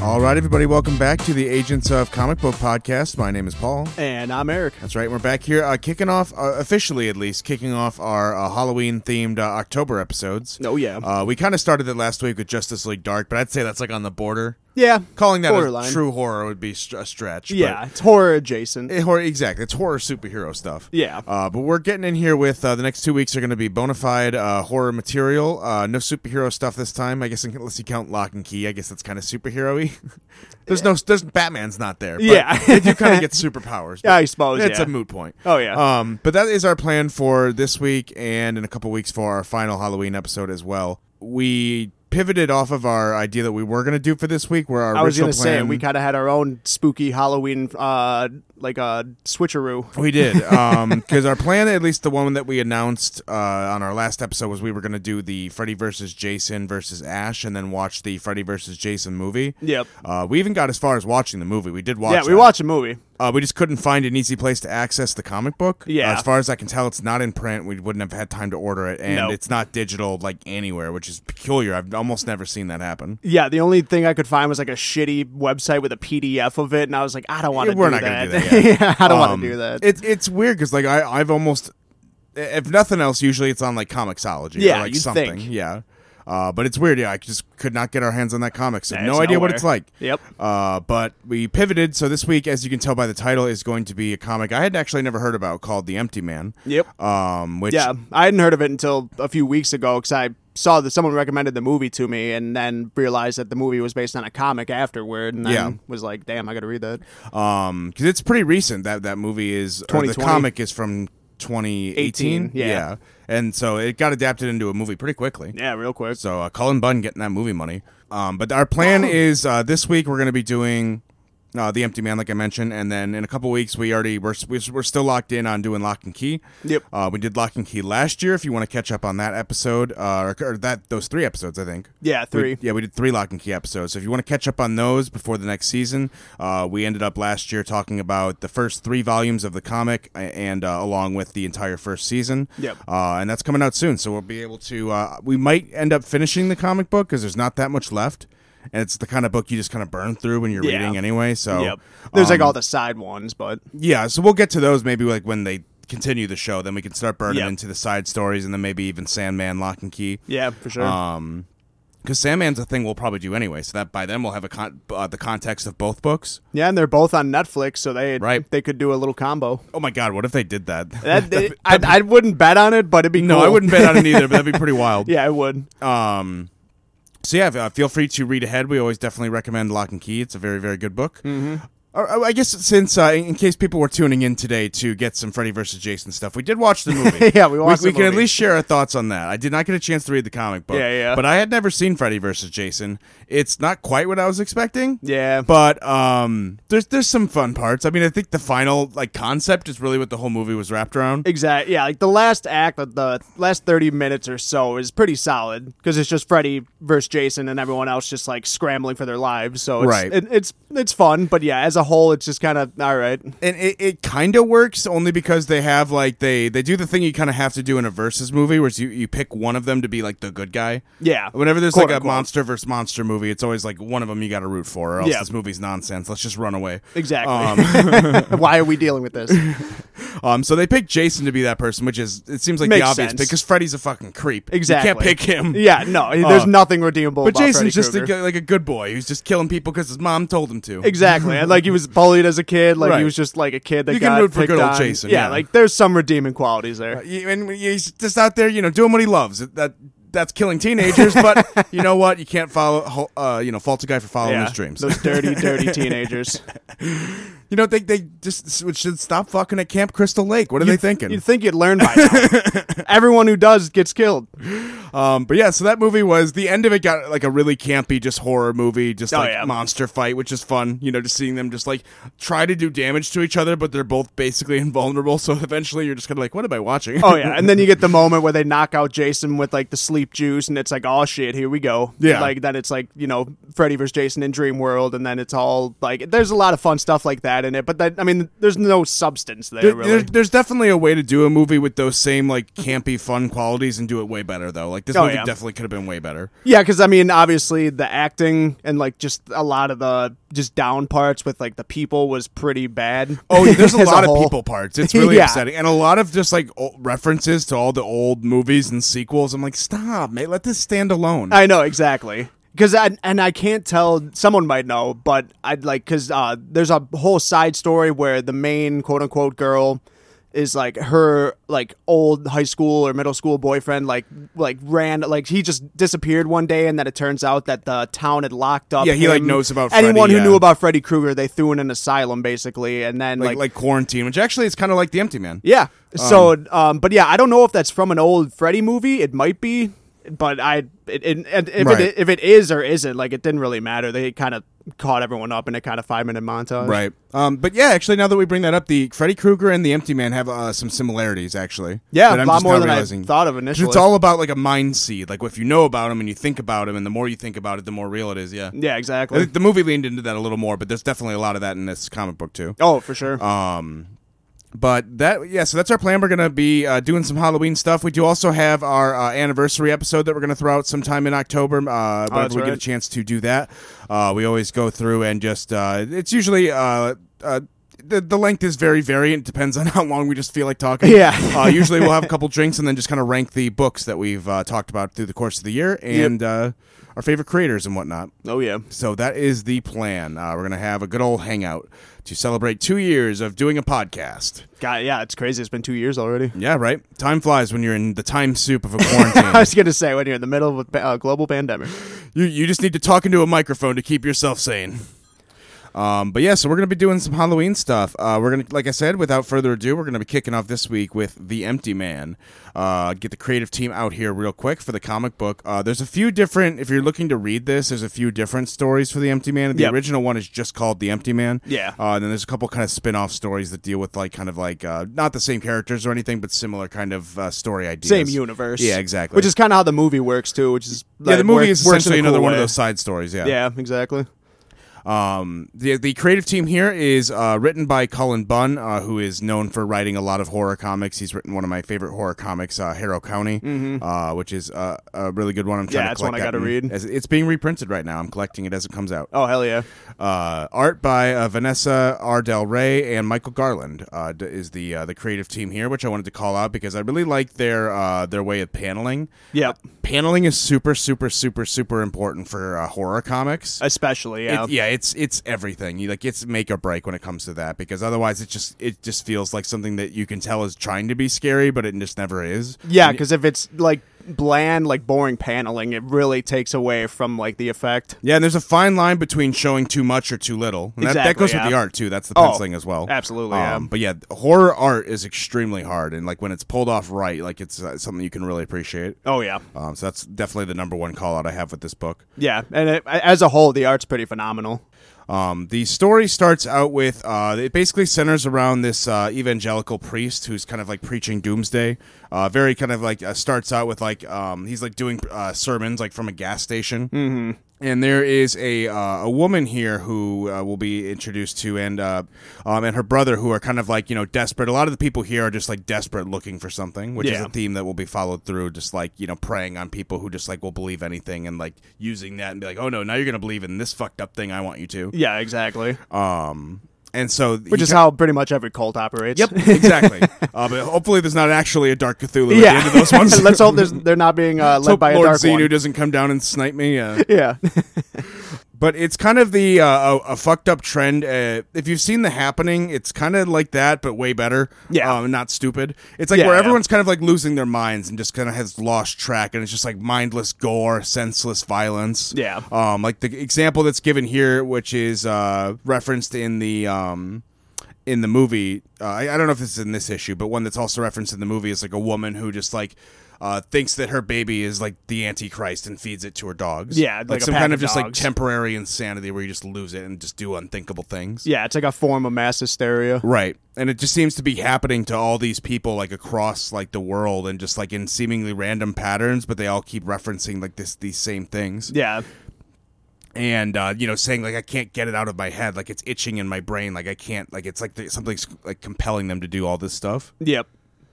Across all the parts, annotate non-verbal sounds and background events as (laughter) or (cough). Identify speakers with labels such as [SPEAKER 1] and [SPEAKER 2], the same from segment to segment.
[SPEAKER 1] All right, everybody, welcome back to the Agents of Comic Book podcast. My name is Paul.
[SPEAKER 2] And I'm Eric.
[SPEAKER 1] That's right, we're back here, uh, kicking off, uh, officially at least, kicking off our uh, Halloween themed uh, October episodes.
[SPEAKER 2] Oh, yeah.
[SPEAKER 1] Uh, we kind of started it last week with Justice League Dark, but I'd say that's like on the border.
[SPEAKER 2] yeah.
[SPEAKER 1] Calling that a
[SPEAKER 2] Borderline.
[SPEAKER 1] true horror would be st- a stretch. but-
[SPEAKER 2] Yeah, it's horror adjacent.
[SPEAKER 1] Eh, horror, exactly. It's horror superhero stuff.
[SPEAKER 2] Yeah.
[SPEAKER 1] Uh, but we're getting in here with uh, the next two weeks are going to be bona fide uh, horror material. Uh, no superhero stuff this time. I guess unless you count Lock and Key, I guess that's kind of superhero-y. (laughs) there's no, there's Batman's not there. but
[SPEAKER 2] Yeah.
[SPEAKER 1] they do kind of
[SPEAKER 2] (laughs)
[SPEAKER 1] get superpowers.
[SPEAKER 2] Yeah,
[SPEAKER 1] but
[SPEAKER 2] I suppose,
[SPEAKER 1] it's
[SPEAKER 2] yeah.
[SPEAKER 1] a moot point.
[SPEAKER 2] Oh, yeah.
[SPEAKER 1] Um, but that is our plan for this week and in a couple weeks for our final Halloween episode as well. We pivoted off of our idea that we were going to do for this week, where our
[SPEAKER 2] I was
[SPEAKER 1] original
[SPEAKER 2] going to say,
[SPEAKER 1] plan-
[SPEAKER 2] we kind of had our own spooky Halloween, uh, like a switcheroo.
[SPEAKER 1] We did,
[SPEAKER 2] (laughs)
[SPEAKER 1] because our plan, at least the one that we announced uh, on our last episode, was we were going to do the Freddy versus Jason versus Ash, and then watch the Freddy versus Jason movie.
[SPEAKER 2] Yep.
[SPEAKER 1] Uh, we even got as far as watching the movie. We did watch.
[SPEAKER 2] yeah, we
[SPEAKER 1] that.
[SPEAKER 2] watched a movie.
[SPEAKER 1] Uh, we just couldn't find an easy place to access the comic book. Uh,
[SPEAKER 2] Yeah.
[SPEAKER 1] as far as I can tell, it's not in print. We wouldn't have had time to order it, and
[SPEAKER 2] No.
[SPEAKER 1] it's not digital like anywhere, which is peculiar. I've almost never seen that happen.
[SPEAKER 2] Yeah, the only thing I could find was like a shitty website with a PDF of it, and I was like, I don't want to.
[SPEAKER 1] We're
[SPEAKER 2] do
[SPEAKER 1] not gonna
[SPEAKER 2] that.
[SPEAKER 1] do
[SPEAKER 2] (laughs)
[SPEAKER 1] that yet.
[SPEAKER 2] yeah, I don't
[SPEAKER 1] Um,
[SPEAKER 2] want to do that.
[SPEAKER 1] It's it's weird because like I I've almost if nothing else usually it's on like Comixology or
[SPEAKER 2] Yeah,
[SPEAKER 1] like
[SPEAKER 2] you'd
[SPEAKER 1] something
[SPEAKER 2] think.
[SPEAKER 1] yeah. Uh, but it's weird, yeah. I just could not get our hands on that comic, so
[SPEAKER 2] Nah,
[SPEAKER 1] no
[SPEAKER 2] it's
[SPEAKER 1] idea what
[SPEAKER 2] nowhere.
[SPEAKER 1] it's like.
[SPEAKER 2] Yep.
[SPEAKER 1] Uh, but we pivoted, so this week, as you can tell by the title, is going to be a comic I had actually never heard about called The Empty Man.
[SPEAKER 2] Yep.
[SPEAKER 1] Um, which
[SPEAKER 2] yeah, I hadn't heard of it until a few weeks ago because I saw that someone recommended the movie to me, and then realized that the movie was based on a comic afterward, and then
[SPEAKER 1] Yeah.
[SPEAKER 2] was like, damn, I got to read that.
[SPEAKER 1] um, because it's pretty recent that that movie is. or the
[SPEAKER 2] 2020.
[SPEAKER 1] comic is from 2018.
[SPEAKER 2] 18, yeah.
[SPEAKER 1] and so it got adapted into a movie pretty quickly.
[SPEAKER 2] Yeah, real quick.
[SPEAKER 1] So uh, Colin Bunn getting that movie money. Um, but our plan is uh, this week we're going to be doing uh, the Empty Man, like I mentioned, and then in a couple weeks we already we're we're still locked in on doing Lock and Key.
[SPEAKER 2] Yep.
[SPEAKER 1] Uh, we did Lock and Key last year. If you want to catch up on that episode uh, or, or that those three episodes, I think.
[SPEAKER 2] Yeah,
[SPEAKER 1] We-
[SPEAKER 2] three.
[SPEAKER 1] yeah, we did three Lock and Key episodes. So if you want to catch up on those before the next season, uh, we ended up last year talking about the first three volumes of the comic a- and uh, along with the entire first season.
[SPEAKER 2] Yep.
[SPEAKER 1] Uh, and that's coming out soon. So we'll be able to, uh, we might end up finishing the comic book because there's not that much left. And it's the kind of book you just kind of burn through when you're
[SPEAKER 2] Yeah.
[SPEAKER 1] reading anyway. So
[SPEAKER 2] Yep. There's like
[SPEAKER 1] um,
[SPEAKER 2] all the side ones, but
[SPEAKER 1] yeah, so we'll get to those maybe like when they continue the show. Then we can start burning
[SPEAKER 2] Yep.
[SPEAKER 1] into the side stories and then maybe even Sandman, Lock and Key.
[SPEAKER 2] yeah, for sure.
[SPEAKER 1] Um, because Sandman's a thing we'll probably do anyway, so that by then we'll have a con- uh, the context of both books.
[SPEAKER 2] yeah, and they're both on Netflix, so they
[SPEAKER 1] Right.
[SPEAKER 2] they could do a little combo.
[SPEAKER 1] (laughs) Oh my god, what if they did that?
[SPEAKER 2] That, they- I, I wouldn't bet on it, but it'd
[SPEAKER 1] (laughs)
[SPEAKER 2] be
[SPEAKER 1] no,
[SPEAKER 2] cool.
[SPEAKER 1] I wouldn't bet on it either, but that'd be pretty wild.
[SPEAKER 2] (laughs) yeah, I would.
[SPEAKER 1] Um, so yeah, uh, feel free to read ahead. We always definitely recommend Lock and Key. It's a very very good book. Mm-hmm. I guess since uh, in case people were tuning in today to get some Freddy versus Jason stuff, we did watch
[SPEAKER 2] (laughs)
[SPEAKER 1] the movie.
[SPEAKER 2] Yeah, we watched
[SPEAKER 1] We,
[SPEAKER 2] the
[SPEAKER 1] can at
[SPEAKER 2] movie.
[SPEAKER 1] least share our thoughts on that. I did not get a chance to read the comic book.
[SPEAKER 2] Yeah, yeah.
[SPEAKER 1] But I had never seen Freddy versus Jason. It's not quite what I was expecting.
[SPEAKER 2] Yeah.
[SPEAKER 1] But um, there's there's some fun parts. I mean, I think the final like concept is really what the whole movie was wrapped around.
[SPEAKER 2] Exactly. Yeah, like the last act, of the last thirty minutes or so is pretty solid because it's just Freddy versus Jason and everyone else just like scrambling for their lives. So it's,
[SPEAKER 1] Right.
[SPEAKER 2] it, it's it's fun, but yeah, as a whole, it's just kind of all right.
[SPEAKER 1] and it, it kind of works only because they have like they they do the thing you kind of have to do in a versus movie where you, you pick one of them to be like the good guy
[SPEAKER 2] Yeah.
[SPEAKER 1] whenever there's
[SPEAKER 2] Quote,
[SPEAKER 1] like a
[SPEAKER 2] unquote.
[SPEAKER 1] monster versus monster movie it's always like one of them you gotta root for or else
[SPEAKER 2] Yeah.
[SPEAKER 1] this movie's nonsense let's just run away Uh,
[SPEAKER 2] Exactly. (laughs) Why are we dealing with this?
[SPEAKER 1] um so they pick jason to be that person which is it seems like the
[SPEAKER 2] Makes
[SPEAKER 1] obvious
[SPEAKER 2] sense.
[SPEAKER 1] because freddy's a fucking creep
[SPEAKER 2] Exactly.
[SPEAKER 1] you can't pick him
[SPEAKER 2] Yeah. (laughs) No. There's nothing redeemable.
[SPEAKER 1] but
[SPEAKER 2] about Freddy
[SPEAKER 1] jason's just a,
[SPEAKER 2] Krueger.
[SPEAKER 1] good- like a good boy who's just killing people because his mom told him to
[SPEAKER 2] Exactly. And like
[SPEAKER 1] (laughs)
[SPEAKER 2] he was bullied as a kid, like
[SPEAKER 1] Right.
[SPEAKER 2] he was just like a kid that
[SPEAKER 1] You can
[SPEAKER 2] got
[SPEAKER 1] root for
[SPEAKER 2] picked
[SPEAKER 1] good old
[SPEAKER 2] on.
[SPEAKER 1] Jason, yeah.
[SPEAKER 2] like there's some redeeming qualities there.
[SPEAKER 1] You- and he's just out there, you know, doing what he loves. That that's killing teenagers,
[SPEAKER 2] (laughs)
[SPEAKER 1] but you know what? You can't follow, ho- uh, you know, fault a guy for following
[SPEAKER 2] yeah.
[SPEAKER 1] his dreams.
[SPEAKER 2] Those dirty,
[SPEAKER 1] (laughs)
[SPEAKER 2] dirty teenagers.
[SPEAKER 1] you know, they they just s- should stop fucking at Camp Crystal Lake. What are they thinking?
[SPEAKER 2] You'd think you'd learn by now.
[SPEAKER 1] (laughs)
[SPEAKER 2] Everyone who does gets killed.
[SPEAKER 1] um, but yeah, so that movie was the end of it. Got like a really campy, just horror movie, just
[SPEAKER 2] Oh,
[SPEAKER 1] like
[SPEAKER 2] yeah.
[SPEAKER 1] monster fight, which is fun. You know, just seeing them just like try to do damage to each other, but they're both basically (laughs) invulnerable. So eventually, you're just kind of like, what am I watching?
[SPEAKER 2] Oh yeah, and then
[SPEAKER 1] (laughs)
[SPEAKER 2] you get the moment where they knock out Jason with like the sleep juice, and it's like, oh shit, here we go.
[SPEAKER 1] Yeah.
[SPEAKER 2] like then it's like you know Freddy versus Jason in Dream World, and then it's all like there's a lot of fun stuff like that. that in it, but that I mean, there's no substance there,
[SPEAKER 1] There-
[SPEAKER 2] really.
[SPEAKER 1] there's, there's definitely a way to do a movie with those same like campy fun qualities and do it way better though. Like this
[SPEAKER 2] Oh,
[SPEAKER 1] movie
[SPEAKER 2] yeah.
[SPEAKER 1] definitely could have been way
[SPEAKER 2] (laughs)
[SPEAKER 1] better.
[SPEAKER 2] Yeah, because I mean, obviously the acting and like just a lot of the just down parts with like the people was pretty bad.
[SPEAKER 1] Oh, there's a
[SPEAKER 2] (laughs) as
[SPEAKER 1] lot of
[SPEAKER 2] whole.
[SPEAKER 1] people parts.
[SPEAKER 2] (laughs)
[SPEAKER 1] It's really
[SPEAKER 2] Yeah.
[SPEAKER 1] upsetting, and a lot of just like o- references to all the old movies and sequels. I'm like, stop, mate. Let this stand alone.
[SPEAKER 2] (laughs) I know exactly because I and I can't tell. Someone might know, but I'd like because uh, there's a whole side story where the main quote unquote girl is like her like old high school or middle school boyfriend like like ran like he just disappeared one day and then it turns out that the town had locked up
[SPEAKER 1] Yeah, he, like,
[SPEAKER 2] him.
[SPEAKER 1] knows about
[SPEAKER 2] anyone
[SPEAKER 1] Freddy,
[SPEAKER 2] who
[SPEAKER 1] yeah.
[SPEAKER 2] knew about Freddy Krueger they threw in an asylum basically and then
[SPEAKER 1] like,
[SPEAKER 2] like
[SPEAKER 1] like quarantine, which actually is kind of like The Empty Man.
[SPEAKER 2] yeah. So, um, but yeah, I don't know if that's from an old Freddy movie. It might be, but I it, it, and if
[SPEAKER 1] Right.
[SPEAKER 2] it if it is or isn't, like it didn't really matter. They kind of caught everyone up in a kind of five minute montage.
[SPEAKER 1] Right. Um, but yeah, actually, now that we bring that up, the Freddy Krueger and the Empty Man have uh, some similarities, actually.
[SPEAKER 2] Yeah,
[SPEAKER 1] that
[SPEAKER 2] a
[SPEAKER 1] I'm
[SPEAKER 2] lot
[SPEAKER 1] just
[SPEAKER 2] more
[SPEAKER 1] now
[SPEAKER 2] than
[SPEAKER 1] realizing.
[SPEAKER 2] I thought of
[SPEAKER 1] 'Cause
[SPEAKER 2] initially.
[SPEAKER 1] It's all about like a mind seed. Like if you know about him and you think about him, and the more you think about it, the more real it is. Yeah.
[SPEAKER 2] yeah,
[SPEAKER 1] I
[SPEAKER 2] exactly.
[SPEAKER 1] think the movie leaned into that a little more, but there's definitely a lot of that in this comic book too.
[SPEAKER 2] Oh, for sure.
[SPEAKER 1] Um, but that yeah, so that's our plan. We're gonna be uh, doing some Halloween stuff. We do also have our uh, anniversary episode that we're gonna throw out sometime in October. Uh, whenever
[SPEAKER 2] that's
[SPEAKER 1] we get a
[SPEAKER 2] right.
[SPEAKER 1] chance to do that, uh, we always go through and just uh, it's usually. Uh, uh, the, the length is very variant. Depends on (laughs) how long we just feel like talking.
[SPEAKER 2] Yeah.
[SPEAKER 1] uh, usually we'll have a couple drinks and then just kind of rank the books that we've uh, talked about through the course of the year and uh, our favorite creators and whatnot.
[SPEAKER 2] oh yeah.
[SPEAKER 1] So that is the plan. Uh, we're gonna have a good old hangout to celebrate two years of doing a podcast.
[SPEAKER 2] God, yeah, it's crazy. It's been two years already.
[SPEAKER 1] Yeah, right. Time flies when you're in the time soup (laughs) of a
[SPEAKER 2] (laughs) I
[SPEAKER 1] quarantine.
[SPEAKER 2] was gonna say when you're in the middle of a pa- uh, global pandemic.
[SPEAKER 1] you you just need to talk into a microphone to keep yourself sane. Um, but yeah, so we're gonna be doing some Halloween stuff. Uh, we're gonna, like I said, without further ado, we're gonna be kicking off this week with The Empty Man. Uh, get the creative team out here real quick for the comic book. Uh, there's a few different. If you're looking to read this, there's a few different stories for The Empty Man. The
[SPEAKER 2] Yep.
[SPEAKER 1] original one is just called The Empty Man.
[SPEAKER 2] Yeah.
[SPEAKER 1] Uh, and then there's a couple kind of spin-off stories that deal with like kind of like uh, not the same characters or anything, but similar kind of uh, story ideas.
[SPEAKER 2] Same universe.
[SPEAKER 1] Yeah, exactly.
[SPEAKER 2] Which is kind of how the movie works too. Which is
[SPEAKER 1] yeah, the
[SPEAKER 2] like,
[SPEAKER 1] movie
[SPEAKER 2] work-
[SPEAKER 1] is
[SPEAKER 2] works in a
[SPEAKER 1] essentially
[SPEAKER 2] cool
[SPEAKER 1] another one of
[SPEAKER 2] way.
[SPEAKER 1] those side stories. Yeah.
[SPEAKER 2] Yeah, exactly.
[SPEAKER 1] Um, the the creative team here is uh, written by Cullen Bunn, uh, who is known for writing a lot of horror comics. He's written one of my favorite horror comics, uh, Harrow County, uh, which is uh, a really good one. I'm trying
[SPEAKER 2] Mm-hmm. Yeah,
[SPEAKER 1] to
[SPEAKER 2] that's one
[SPEAKER 1] collect
[SPEAKER 2] I
[SPEAKER 1] that
[SPEAKER 2] gotta
[SPEAKER 1] in-
[SPEAKER 2] read.
[SPEAKER 1] As, it's being reprinted right now. I'm collecting it as it comes out.
[SPEAKER 2] Oh hell yeah.
[SPEAKER 1] Uh, art by uh, Vanessa R. Del Rey and Michael Garland uh, d- is the uh, the creative team here, which I wanted to call out because I really like their uh, their way of paneling.
[SPEAKER 2] Yep.
[SPEAKER 1] Paneling is super, super, super, super important for uh, horror comics.
[SPEAKER 2] Especially yeah.
[SPEAKER 1] It- yeah, it's it's everything. You like it's make or break when it comes to that because otherwise it just it just feels like something that you can tell is trying to be scary, but it just never is.
[SPEAKER 2] Yeah, because if it's like bland, like boring paneling, it really takes away from like the effect.
[SPEAKER 1] Yeah, and there's a fine line between showing too much or too little. And that, that
[SPEAKER 2] Exactly,
[SPEAKER 1] goes
[SPEAKER 2] yeah.
[SPEAKER 1] with the art too. That's the
[SPEAKER 2] Oh,
[SPEAKER 1] penciling as well. Um,
[SPEAKER 2] absolutely, yeah.
[SPEAKER 1] But yeah, horror art is extremely hard, and like when it's pulled off right, like it's uh, something you can really appreciate.
[SPEAKER 2] Oh yeah,
[SPEAKER 1] Um, so that's definitely the number one call out I have with this book.
[SPEAKER 2] yeah. And it, as a whole, the art's pretty phenomenal.
[SPEAKER 1] Um, the story starts out with uh, it basically centers around this uh, evangelical priest who's kind of like preaching doomsday. Uh, very kind of like uh, starts out with like um, he's like doing uh, sermons like from a gas station. Mm-hmm. And there is a uh, a woman here who uh, will be introduced to, and uh, um, and her brother, who are kind of like you know desperate. A lot of the people here are just like desperate looking for something, which is
[SPEAKER 2] Yeah.
[SPEAKER 1] a theme that will be followed through. Just like you know, preying on people who just like will believe anything, and like using that and be like, oh no, now you're gonna believe in this fucked up thing. I want you to.
[SPEAKER 2] Yeah, exactly.
[SPEAKER 1] Um, and so
[SPEAKER 2] Which is how pretty much every cult operates. (laughs)
[SPEAKER 1] yep, exactly. uh, but hopefully, there's not actually a dark Cthulhu at the
[SPEAKER 2] Yeah.
[SPEAKER 1] end of
[SPEAKER 2] (laughs)
[SPEAKER 1] those ones.
[SPEAKER 2] Let's hope there's, they're not being uh, led
[SPEAKER 1] Let's hope
[SPEAKER 2] by a
[SPEAKER 1] Lord
[SPEAKER 2] dark
[SPEAKER 1] Xenu
[SPEAKER 2] one.
[SPEAKER 1] doesn't come down and snipe me. Uh, (laughs)
[SPEAKER 2] Yeah. (laughs)
[SPEAKER 1] but it's kind of the uh, a, a fucked up trend. Uh, if you've seen the happening, it's kind of like that, but way better.
[SPEAKER 2] Yeah.
[SPEAKER 1] um, not stupid. It's like
[SPEAKER 2] Yeah,
[SPEAKER 1] where
[SPEAKER 2] yeah.
[SPEAKER 1] everyone's kind of like losing their minds and just kind of has lost track, and it's just like mindless gore, senseless violence.
[SPEAKER 2] Yeah.
[SPEAKER 1] um, like the example that's given here, which is uh, referenced in the. Um, in the movie, uh, I, I don't know if it's in this issue, but one that's also referenced in the movie is like a woman who just like uh, thinks that her baby is like the Antichrist and feeds it to her dogs.
[SPEAKER 2] Yeah,
[SPEAKER 1] like,
[SPEAKER 2] like a
[SPEAKER 1] some
[SPEAKER 2] pack
[SPEAKER 1] kind of
[SPEAKER 2] of
[SPEAKER 1] just like
[SPEAKER 2] dogs.
[SPEAKER 1] temporary insanity where you just lose it and just do unthinkable things.
[SPEAKER 2] yeah, it's like a form of mass hysteria.
[SPEAKER 1] Right. And it just seems to be happening to all these people like across like the world and just like in seemingly random patterns, but they all keep referencing like this these same things.
[SPEAKER 2] Yeah.
[SPEAKER 1] and uh, you know saying like i can't get it out of my head like it's itching in my brain like i can't like it's like th- something's like compelling them to do all this stuff
[SPEAKER 2] Yep.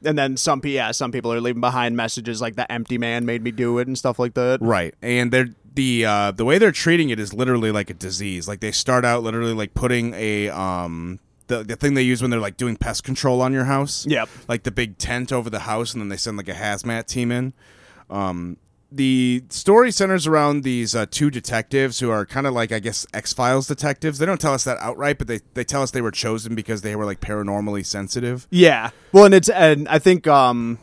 [SPEAKER 2] And then some, pe- yeah, some people are leaving behind messages like the empty man made me do it and stuff like that.
[SPEAKER 1] right and they're the uh, the way they're treating it is literally like a disease like they start out literally like putting a um the, the thing they use when they're like doing pest control on your house
[SPEAKER 2] Yep.
[SPEAKER 1] like the big tent over the house and then they send like a hazmat team in um the story centers around these uh, two detectives who are kind of like i guess x-files detectives they don't tell us that outright but they, they tell us they were chosen because they were like paranormally sensitive
[SPEAKER 2] Yeah. Well, and it's and I think um,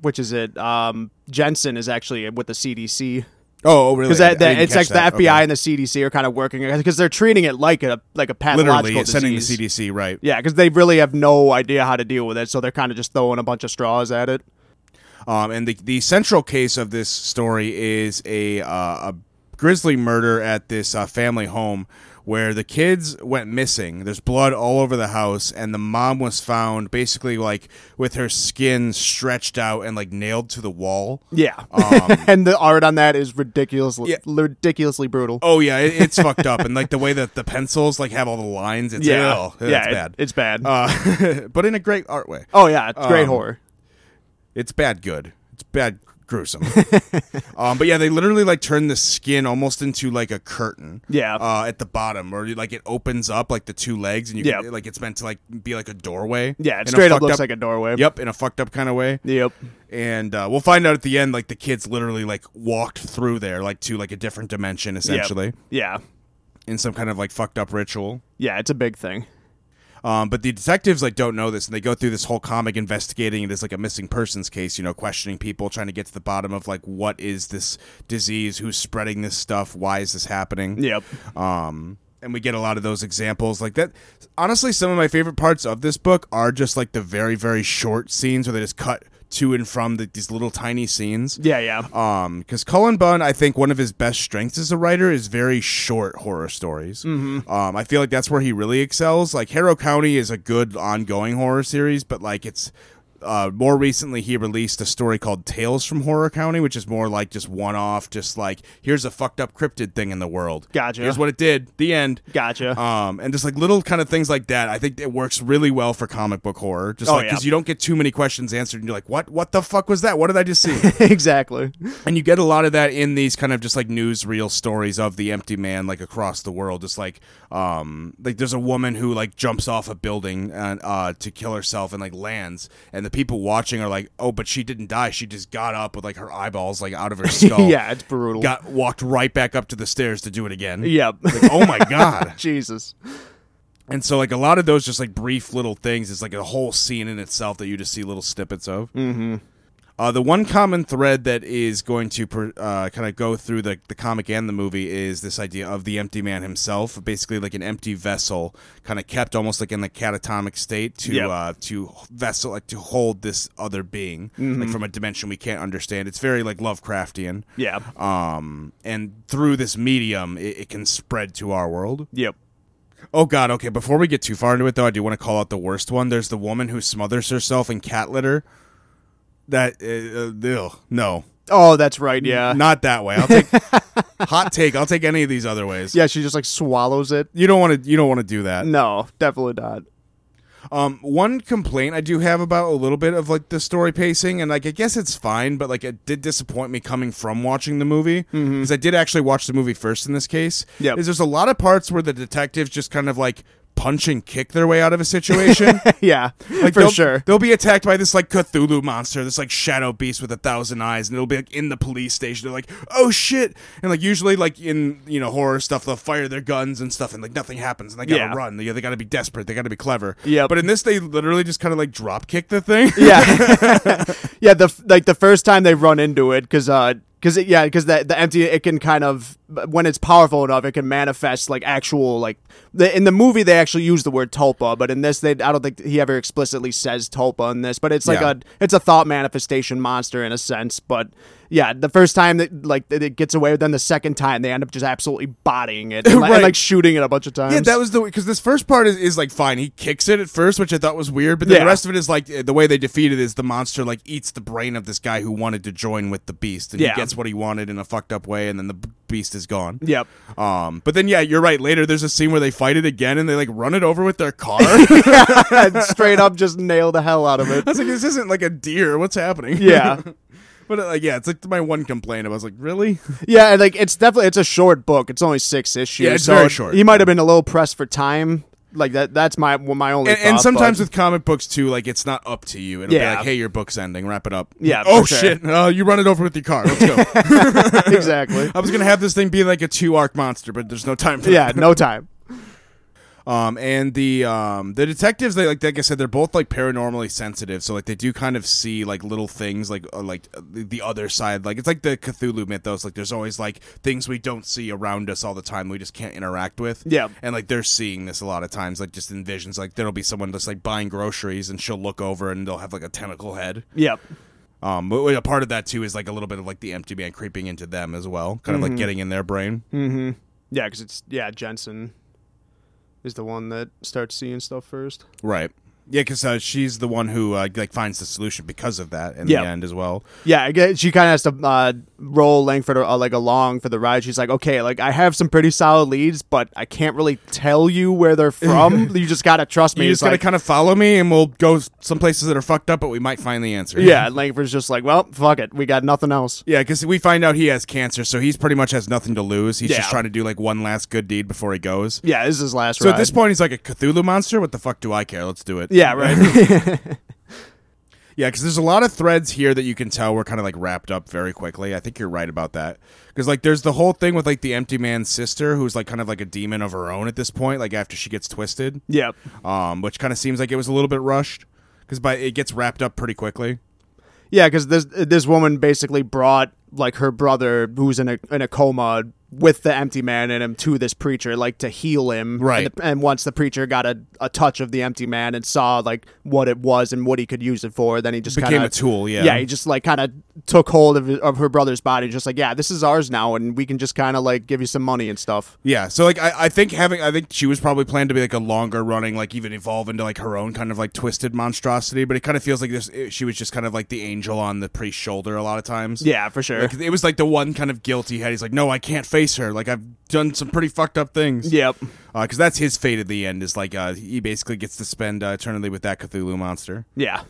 [SPEAKER 2] which is it? Um, Jensen is actually with the CDC
[SPEAKER 1] Oh, oh, really?
[SPEAKER 2] because
[SPEAKER 1] I-
[SPEAKER 2] that,
[SPEAKER 1] I
[SPEAKER 2] that-
[SPEAKER 1] didn't
[SPEAKER 2] it's
[SPEAKER 1] catch
[SPEAKER 2] like the
[SPEAKER 1] that.
[SPEAKER 2] FBI
[SPEAKER 1] Okay.
[SPEAKER 2] and the CDC are kind of working because they're treating it like a like a pathological
[SPEAKER 1] literally it's
[SPEAKER 2] disease.
[SPEAKER 1] sending the CDC right.
[SPEAKER 2] Yeah, because they really have no idea how to deal with it, so they're kind of just throwing a bunch of straws at it.
[SPEAKER 1] Um, and the the central case of this story is a uh, a grisly murder at this uh, family home where the kids went missing. There's blood all over the house, and the mom was found basically like with her skin stretched out and like nailed to the wall.
[SPEAKER 2] Yeah, Um,
[SPEAKER 1] (laughs)
[SPEAKER 2] and the art on that is ridiculously
[SPEAKER 1] Yeah.
[SPEAKER 2] ridiculously brutal.
[SPEAKER 1] Oh yeah, it, it's fucked up, and like the way that the pencils like have all the lines. It's
[SPEAKER 2] yeah,
[SPEAKER 1] ew,
[SPEAKER 2] yeah,
[SPEAKER 1] that's
[SPEAKER 2] it-
[SPEAKER 1] bad.
[SPEAKER 2] It's bad.
[SPEAKER 1] uh, (laughs) but in a great art way.
[SPEAKER 2] oh yeah, it's great
[SPEAKER 1] um,
[SPEAKER 2] horror.
[SPEAKER 1] It's bad good. It's bad gruesome. (laughs) um, but yeah, they literally like turn the skin almost into like a curtain.
[SPEAKER 2] Yeah.
[SPEAKER 1] Uh, at the bottom, or like it opens up like the two legs, and you
[SPEAKER 2] Yeah.
[SPEAKER 1] can, like it's meant to like be like a doorway.
[SPEAKER 2] Yeah,
[SPEAKER 1] In
[SPEAKER 2] it
[SPEAKER 1] a
[SPEAKER 2] straight up
[SPEAKER 1] fucked
[SPEAKER 2] looks like a doorway.
[SPEAKER 1] (laughs) Yep, in a fucked up kind of way.
[SPEAKER 2] Yep.
[SPEAKER 1] And uh, we'll find out at the end, like the kids literally like walked through there, like to like a different dimension,
[SPEAKER 2] Yep.
[SPEAKER 1] essentially,
[SPEAKER 2] Yeah.
[SPEAKER 1] in some kind of like fucked up ritual.
[SPEAKER 2] Yeah, it's a big thing.
[SPEAKER 1] Um, but the detectives like don't know this, and they go through this whole comic investigating it as like a missing persons case. You know, questioning people, trying to get to the bottom of like what is this disease, who's spreading this stuff, why is this happening?
[SPEAKER 2] Yep.
[SPEAKER 1] Um, and we get a lot of those examples like that. Honestly, some of my favorite parts of this book are just like the very very short scenes where they just cut to and from the, these little tiny scenes.
[SPEAKER 2] Yeah, yeah.
[SPEAKER 1] Um, because Cullen Bunn, I think one of his best strengths as a writer is very short horror stories. Mm-hmm. Um, I feel like that's where he really excels. Like Harrow County is a good ongoing horror series, but like it's uh, more recently he released a story called Tales from Horror County, which is more like just one off, just like here's a fucked up cryptid thing in the world.
[SPEAKER 2] Gotcha.
[SPEAKER 1] Here's what it did. The end.
[SPEAKER 2] Gotcha.
[SPEAKER 1] Um, and just like little kind of things like that. I think it works really well for comic book horror. Just
[SPEAKER 2] Oh,
[SPEAKER 1] like
[SPEAKER 2] yeah.
[SPEAKER 1] because you don't get too many questions answered, and you're like, what? What the fuck was that? What did I just
[SPEAKER 2] Uh,
[SPEAKER 1] see?
[SPEAKER 2] (laughs) exactly.
[SPEAKER 1] And you get a lot of that in these kind of just like newsreel stories of the empty man, like across the world. Just like, um, like there's a woman who like jumps off a building and, uh, to kill herself and like lands, and the people watching are like, oh, but she didn't die. She just got up with like her eyeballs like out of her skull.
[SPEAKER 2] (laughs) yeah, it's brutal.
[SPEAKER 1] got walked right back up to the stairs to do it again.
[SPEAKER 2] Yep.
[SPEAKER 1] Like, oh my god.
[SPEAKER 2] (laughs) Jesus.
[SPEAKER 1] And so like a lot of those just like brief little things is like a whole scene in itself that you just see little snippets of. Mm-hmm. Uh, the one common thread that is going to per, uh, kind of go through the, the comic and the movie is this idea of the empty man himself, basically like an empty vessel, kind of kept almost like in the catatonic state to
[SPEAKER 2] Yep.
[SPEAKER 1] uh, to vessel like to hold this other being, like from a dimension we can't understand. It's very like Lovecraftian,
[SPEAKER 2] Yeah.
[SPEAKER 1] um, and through this medium, it, it can spread to our world.
[SPEAKER 2] Yep.
[SPEAKER 1] Oh God! Okay, before we get too far into it, though, I do want to call out the worst one. There's the woman who smothers herself in cat litter. That uh, uh, ugh, no,
[SPEAKER 2] Oh, that's right. Yeah.
[SPEAKER 1] not that way. I'll
[SPEAKER 2] (laughs)
[SPEAKER 1] take hot take. I'll take any of these other ways.
[SPEAKER 2] Yeah, Mm. she just like swallows it.
[SPEAKER 1] You don't want to. You don't want to do that.
[SPEAKER 2] No, definitely not. (laughs)
[SPEAKER 1] Um, one complaint I do have about a little bit of like the story pacing, and like I guess it's fine, but like it did disappoint me coming from watching the movie because I did actually watch the movie first in this case.
[SPEAKER 2] Mm-hmm. Yep.
[SPEAKER 1] is there's a lot of parts where the detectives just kind of like punch and kick their way out of a
[SPEAKER 2] (laughs)
[SPEAKER 1] situation.
[SPEAKER 2] yeah.
[SPEAKER 1] Like
[SPEAKER 2] for
[SPEAKER 1] they'll,
[SPEAKER 2] sure.
[SPEAKER 1] they'll be attacked by this like Cthulhu monster, this like shadow beast with a thousand eyes, and it'll be like in the police station. They're like, "Oh shit!" And like usually, like in you know horror stuff, they'll fire their guns and stuff, and like nothing happens, and they gotta
[SPEAKER 2] Yeah.
[SPEAKER 1] run. They, they gotta be desperate. They gotta be clever.
[SPEAKER 2] Yep.
[SPEAKER 1] But in this, they literally just kind of like drop kick the thing.
[SPEAKER 2] Yeah. (laughs) yeah, the f- like the first time they run into it cuz uh cuz it, yeah, cuz that the empty it can kind of when it's powerful enough it can manifest like actual like the, in the movie they actually use the word tulpa, but in this they I don't think he ever explicitly says tulpa in this, but it's like
[SPEAKER 1] Yeah.
[SPEAKER 2] a it's a thought manifestation monster in a sense, but yeah, the first time that like that it gets away, then the second time they end up just absolutely
[SPEAKER 1] (laughs)
[SPEAKER 2] bodying it, and, like, and,
[SPEAKER 1] Right.
[SPEAKER 2] like, shooting it a bunch
[SPEAKER 1] (laughs)
[SPEAKER 2] of times.
[SPEAKER 1] Yeah, that was the because this first part is, is like fine. He kicks it at first, which I thought was weird, but then
[SPEAKER 2] Yeah.
[SPEAKER 1] the rest of it is like eh, the way they defeat it is the monster like eats the brain of this guy who wanted to join with the beast, and
[SPEAKER 2] Yeah.
[SPEAKER 1] he gets what he wanted in a fucked up way, and then the b- beast is gone.
[SPEAKER 2] Yep. (laughs)
[SPEAKER 1] Um, but then yeah, you're right. Later, there's a scene where they fight it again and they like run it over with their
[SPEAKER 2] (laughs)
[SPEAKER 1] car. (laughs)
[SPEAKER 2] And straight up just nail the hell out
[SPEAKER 1] (laughs)
[SPEAKER 2] of it.
[SPEAKER 1] I was like, this isn't like a deer. What's happening?
[SPEAKER 2] Yeah.
[SPEAKER 1] (laughs) but uh, like, yeah, it's like my one complaint. I was like, really?
[SPEAKER 2] Yeah, and, like it's definitely it's a short book. It's only six issues.
[SPEAKER 1] Yeah, it's
[SPEAKER 2] so
[SPEAKER 1] very short.
[SPEAKER 2] He might have been a little pressed for time. Like that. That's my my only.
[SPEAKER 1] And, and
[SPEAKER 2] thought,
[SPEAKER 1] sometimes
[SPEAKER 2] but-
[SPEAKER 1] with comic books too, like it's not up to you. It'll
[SPEAKER 2] Yeah.
[SPEAKER 1] be like, hey, your book's ending. Wrap it up.
[SPEAKER 2] Yeah,
[SPEAKER 1] Oh
[SPEAKER 2] for sure.
[SPEAKER 1] shit! Uh, you run it over with your car. Let's
[SPEAKER 2] (laughs)
[SPEAKER 1] go.
[SPEAKER 2] exactly.
[SPEAKER 1] I was gonna have this thing be like a two arc monster, but there's no time for
[SPEAKER 2] yeah,
[SPEAKER 1] that.
[SPEAKER 2] no time.
[SPEAKER 1] Um, and the um, the detectives, they like like I said, they're both like paranormally sensitive, so like they do kind of see like little things, like uh, like uh, the the other side. Like it's like the Cthulhu mythos. Like there's always like things we don't see around us all the time. We just can't interact with.
[SPEAKER 2] Yeah.
[SPEAKER 1] and like they're seeing this a lot of times, like just in visions. Like there'll be someone just like buying groceries, and she'll look over, and they'll have like a tentacle head.
[SPEAKER 2] Yep.
[SPEAKER 1] Um, but a part of that too is like a little bit of like the empty man creeping into them as well, kind of like getting in their brain.
[SPEAKER 2] Yeah, because it's yeah Jensen is the one that starts seeing stuff first.
[SPEAKER 1] Right. Yeah, because uh, she's the one who uh, like finds the solution because of that in
[SPEAKER 2] Yeah.
[SPEAKER 1] the end as well.
[SPEAKER 2] Yeah, I guess she kind of has to uh, roll Langford uh, like along for the ride. She's like, okay, like I have some pretty solid leads, but I can't really tell you where (laughs) they're from. you just gotta trust me.
[SPEAKER 1] You
[SPEAKER 2] He's
[SPEAKER 1] just gotta
[SPEAKER 2] like-
[SPEAKER 1] kind of follow me, and we'll go s- some places that are fucked up, but we might find the answer.
[SPEAKER 2] yeah, and Langford's just like, well, fuck it, we got nothing else.
[SPEAKER 1] (laughs) yeah, because we find out he has cancer, so he's pretty much has nothing to lose. He's
[SPEAKER 2] Yeah.
[SPEAKER 1] just trying to do like one last good deed before he goes.
[SPEAKER 2] Yeah, this is his last
[SPEAKER 1] So
[SPEAKER 2] ride.
[SPEAKER 1] at this point, he's like a Cthulhu monster. What the fuck do I care? Let's do it. (laughs)
[SPEAKER 2] yeah, right.
[SPEAKER 1] Yeah, because there's a lot of threads here that you can tell were kind of like wrapped up very quickly. I think you're right about that. Because like there's the whole thing with like the empty man's sister, who's like kind of like a demon of her own at this point. Like after she gets twisted,
[SPEAKER 2] yep.
[SPEAKER 1] um, which kind of seems like it was a little bit rushed because by it gets wrapped up pretty quickly.
[SPEAKER 2] Yeah, because this this woman basically brought like her brother who's in a in a coma with the empty man in him to this preacher, like to heal him.
[SPEAKER 1] Right.
[SPEAKER 2] And, the- and once the preacher got a, a touch of the empty man and saw like what it was and what he could use it for, then he just
[SPEAKER 1] Became
[SPEAKER 2] kinda,
[SPEAKER 1] a tool, yeah.
[SPEAKER 2] yeah, he just like kind of took hold of of her brother's body, just like yeah, this is ours now, and we can just kind of like give you some money and stuff.
[SPEAKER 1] Yeah, so like I, I think having I think she was probably planned to be like a longer running, like even evolve into like her own kind of like twisted monstrosity. But it kind of feels like this. It, she was just kind of like the angel on the priest's shoulder a lot of times.
[SPEAKER 2] Yeah, for sure.
[SPEAKER 1] Like, it was like the one kind of guilt he had. He's like, no, I can't face her. Like I've done some pretty fucked up things.
[SPEAKER 2] yep.
[SPEAKER 1] because that's his fate at the end. Is like uh, he basically gets to spend uh, eternally with that Cthulhu monster.
[SPEAKER 2] Yeah.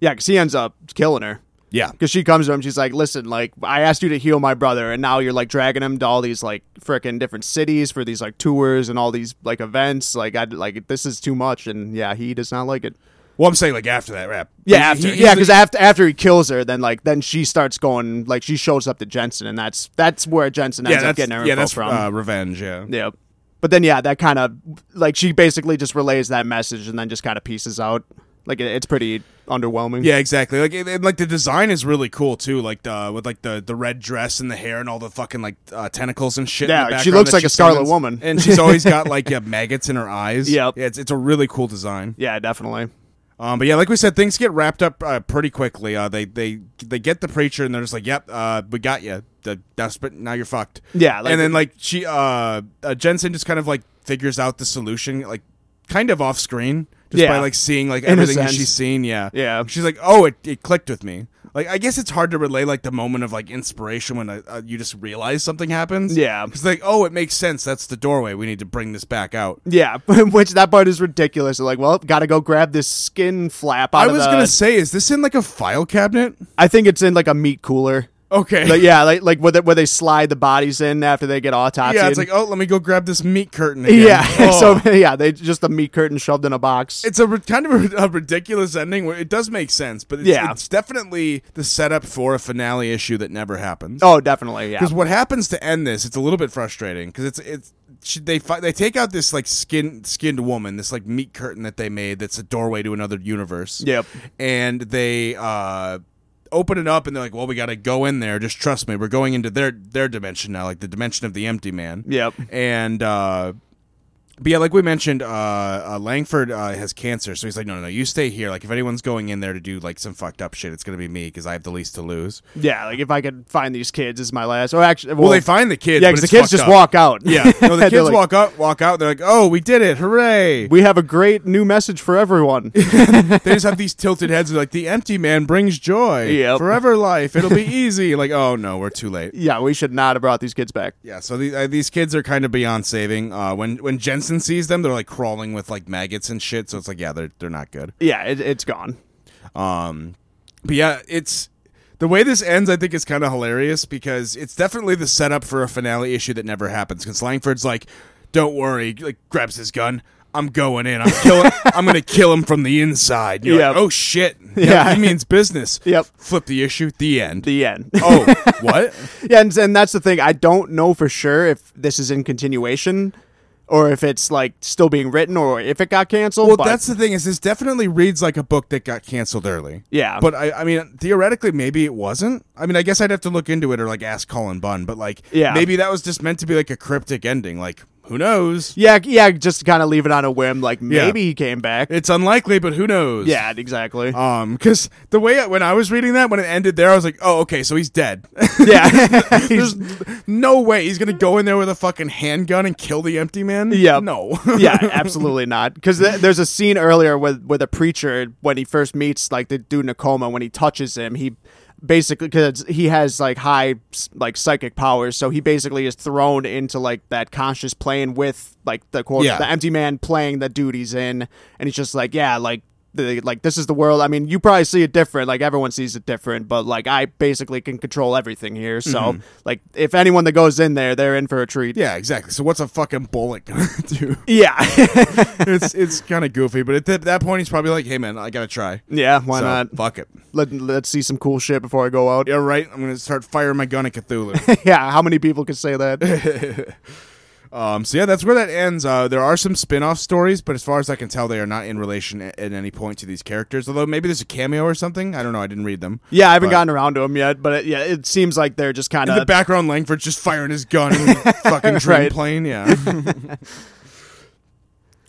[SPEAKER 2] Yeah, because he ends up killing her.
[SPEAKER 1] Yeah,
[SPEAKER 2] Because she comes to him, she's like, "Listen, like I asked you to heal my brother, and now you're like dragging him to all these like frickin' different cities for these like tours and all these like events. Like I like this is too much." And yeah, he does not like it.
[SPEAKER 1] well, I'm saying like after that rap.
[SPEAKER 2] Yeah,
[SPEAKER 1] He-
[SPEAKER 2] after,
[SPEAKER 1] he-
[SPEAKER 2] yeah,
[SPEAKER 1] he's
[SPEAKER 2] because after after he kills her, then like then she starts going like she shows up to Jensen, and that's that's where Jensen
[SPEAKER 1] yeah,
[SPEAKER 2] ends up
[SPEAKER 1] that's,
[SPEAKER 2] getting her
[SPEAKER 1] yeah,
[SPEAKER 2] info
[SPEAKER 1] that's
[SPEAKER 2] from.
[SPEAKER 1] uh, revenge. Yeah.
[SPEAKER 2] Yep. But then yeah, that kind of like she basically just relays that message, and then just kind of pieces out. Like it, it's pretty underwhelming.
[SPEAKER 1] Yeah, exactly. Like, it, it- like the design is really cool too. Like the with like the the red dress and the hair and all the fucking like uh, tentacles and shit. in
[SPEAKER 2] Yeah,
[SPEAKER 1] the
[SPEAKER 2] she
[SPEAKER 1] background
[SPEAKER 2] looks
[SPEAKER 1] that
[SPEAKER 2] like a Scarlet
[SPEAKER 1] summons.
[SPEAKER 2] Woman.
[SPEAKER 1] and she's always
[SPEAKER 2] (laughs)
[SPEAKER 1] got like yeah maggots in her eyes.
[SPEAKER 2] Yep.
[SPEAKER 1] yeah, it's it's a really cool design.
[SPEAKER 2] Yeah, definitely.
[SPEAKER 1] Um, but yeah, like we said, things get wrapped up uh, pretty quickly. Uh, they they they get the preacher and they're just like, "Yep, uh, we got you. That's but now you're fucked."
[SPEAKER 2] Yeah, like-
[SPEAKER 1] and then like she uh, uh Jensen just kind of like figures out the solution, like kind of off screen, just
[SPEAKER 2] Yeah.
[SPEAKER 1] by like seeing like
[SPEAKER 2] In a
[SPEAKER 1] everything that
[SPEAKER 2] sense.
[SPEAKER 1] she's seen. Yeah,
[SPEAKER 2] Yeah.
[SPEAKER 1] She's like, "Oh, it, it clicked with me." Like I guess it's hard to relay like the moment of like inspiration when uh, uh, you just realize something happens.
[SPEAKER 2] Yeah.
[SPEAKER 1] it's like, "Oh, it makes sense. That's the doorway. We need to bring this back out."
[SPEAKER 2] Yeah, (laughs) which that part is ridiculous. They're like, well, gotta go grab this skin flap out
[SPEAKER 1] I
[SPEAKER 2] of
[SPEAKER 1] was
[SPEAKER 2] the-
[SPEAKER 1] gonna say, is this in like a file cabinet?
[SPEAKER 2] I think it's in like a meat cooler.
[SPEAKER 1] Okay.
[SPEAKER 2] But yeah, like like where they, where they slide the bodies in after they get autopsied.
[SPEAKER 1] Yeah, it's like, oh, let me go grab this meat curtain. Again.
[SPEAKER 2] (laughs) yeah. (laughs)
[SPEAKER 1] Oh.
[SPEAKER 2] so yeah, they just the meat curtain shoved in a box.
[SPEAKER 1] it's a ri- kind of a, a ridiculous ending. Where it does make sense, but it's,
[SPEAKER 2] Yeah.
[SPEAKER 1] it's definitely the setup for a finale issue that never happens.
[SPEAKER 2] oh, definitely. Yeah.
[SPEAKER 1] Because what happens to end this? It's a little bit frustrating because it's it's she, they fi- they take out this like skin skinned woman, this like meat curtain that they made that's a doorway to another universe.
[SPEAKER 2] Yep.
[SPEAKER 1] and they uh open it up and they're like, well, we got to go in there. Just trust me, we're going into their their dimension now, like the dimension of the empty man.
[SPEAKER 2] Yep.
[SPEAKER 1] and. uh But yeah, like we mentioned, uh, uh, Langford uh, has cancer, so he's like, no, no, no, you stay here. Like, if anyone's going in there to do like some fucked up shit, it's gonna be me because I have the least to lose.
[SPEAKER 2] Yeah, like if I could find these kids is my last. Or actually, well,
[SPEAKER 1] Well, they find the kids.
[SPEAKER 2] yeah,
[SPEAKER 1] but
[SPEAKER 2] because the
[SPEAKER 1] it's
[SPEAKER 2] kids
[SPEAKER 1] fucked
[SPEAKER 2] just
[SPEAKER 1] up.
[SPEAKER 2] walk out.
[SPEAKER 1] (laughs) Yeah, no, the
[SPEAKER 2] (laughs) They're
[SPEAKER 1] kids
[SPEAKER 2] like,
[SPEAKER 1] walk up, walk out. They're like, "Oh, we did it! Hooray!"
[SPEAKER 2] (laughs) We have a great new message for
[SPEAKER 1] (laughs)
[SPEAKER 2] everyone.
[SPEAKER 1] they just have these tilted heads. Like the empty man brings joy,
[SPEAKER 2] Yep.
[SPEAKER 1] forever life. It'll
[SPEAKER 2] (laughs)
[SPEAKER 1] be easy. like, oh no, we're too late.
[SPEAKER 2] yeah, we should not have brought these kids back.
[SPEAKER 1] Yeah, so the, uh, these kids are kind of beyond saving. Uh, when when Jensen sees them, they're like crawling with like maggots and shit. So it's like, yeah, they're they're not good.
[SPEAKER 2] Yeah, it, it's gone.
[SPEAKER 1] Um, but yeah, it's the way this ends. I think is kind of hilarious because it's definitely the setup for a finale issue that never happens. Because Langford's like, "Don't worry," like grabs his gun. I'm going in. I'm killing. (laughs) I'm gonna kill him from the inside. You're like,
[SPEAKER 2] Yep.
[SPEAKER 1] oh shit.
[SPEAKER 2] Yeah.
[SPEAKER 1] he means business.
[SPEAKER 2] (laughs) Yep.
[SPEAKER 1] Flip the issue. The end.
[SPEAKER 2] The end.
[SPEAKER 1] oh, what?
[SPEAKER 2] yeah, and, and that's the thing. I don't know for sure if this is in continuation or if it's like still being written or if it got canceled.
[SPEAKER 1] Well,
[SPEAKER 2] but-
[SPEAKER 1] that's the thing is this definitely reads like a book that got canceled early.
[SPEAKER 2] Yeah.
[SPEAKER 1] But I, I mean, theoretically, maybe it wasn't. I mean, I guess I'd have to look into it or like ask Colin Bunn. But like,
[SPEAKER 2] Yeah.
[SPEAKER 1] maybe that was just meant to be like a cryptic ending. Like, who knows?
[SPEAKER 2] yeah, yeah, just kind of leave it on a whim. Like
[SPEAKER 1] Yeah.
[SPEAKER 2] maybe he came back.
[SPEAKER 1] It's unlikely, but who knows?
[SPEAKER 2] yeah,
[SPEAKER 1] (laughs)
[SPEAKER 2] exactly.
[SPEAKER 1] Um, because the way I, when I was reading that when it ended there, I was like, oh, okay, so he's dead. (laughs)
[SPEAKER 2] yeah, (laughs)
[SPEAKER 1] There's no way he's gonna go in there with a fucking handgun and kill the empty man.
[SPEAKER 2] Yep.
[SPEAKER 1] No. (laughs)
[SPEAKER 2] (laughs) yeah, absolutely not. Because th- there's a scene earlier with with a preacher when he first meets like the dude in a coma. When he touches him, he basically because he has like high s- like psychic powers, so he basically is thrown into like that conscious plane with like the quote
[SPEAKER 1] Yeah.
[SPEAKER 2] the empty man playing the dude he's in, and he's just like yeah like. The, like this is the world. I mean, you probably see it different. Like everyone sees it different, but like I basically can control everything here. So like, if anyone that goes in there, they're in for a treat.
[SPEAKER 1] Mm-hmm. yeah, exactly. So what's a fucking bullet gonna (laughs) do? (laughs)
[SPEAKER 2] yeah, (laughs)
[SPEAKER 1] it's it's kind of goofy, but at th- that point, he's probably like, "Hey, man, I gotta try."
[SPEAKER 2] yeah. Why
[SPEAKER 1] So,
[SPEAKER 2] not?
[SPEAKER 1] Fuck it.
[SPEAKER 2] let, let's see some cool shit before I go out.
[SPEAKER 1] Yeah, right. I'm gonna start firing my gun at Cthulhu.
[SPEAKER 2] (laughs) yeah, how many people can say that?
[SPEAKER 1] (laughs) um, so yeah, that's where that ends. Uh, there are some spin-off stories, but as far as I can tell, they are not in relation a- at any point to these characters. Although maybe there's a cameo or something. I don't know. I didn't read them.
[SPEAKER 2] yeah, I haven't
[SPEAKER 1] But-
[SPEAKER 2] gotten around to them yet, but it, yeah, it seems like they're just kind
[SPEAKER 1] In the
[SPEAKER 2] of
[SPEAKER 1] background, Langford's just firing his gun in
[SPEAKER 2] (laughs)
[SPEAKER 1] the fucking dream
[SPEAKER 2] Right.
[SPEAKER 1] plane.
[SPEAKER 2] (laughs)
[SPEAKER 1] Yeah.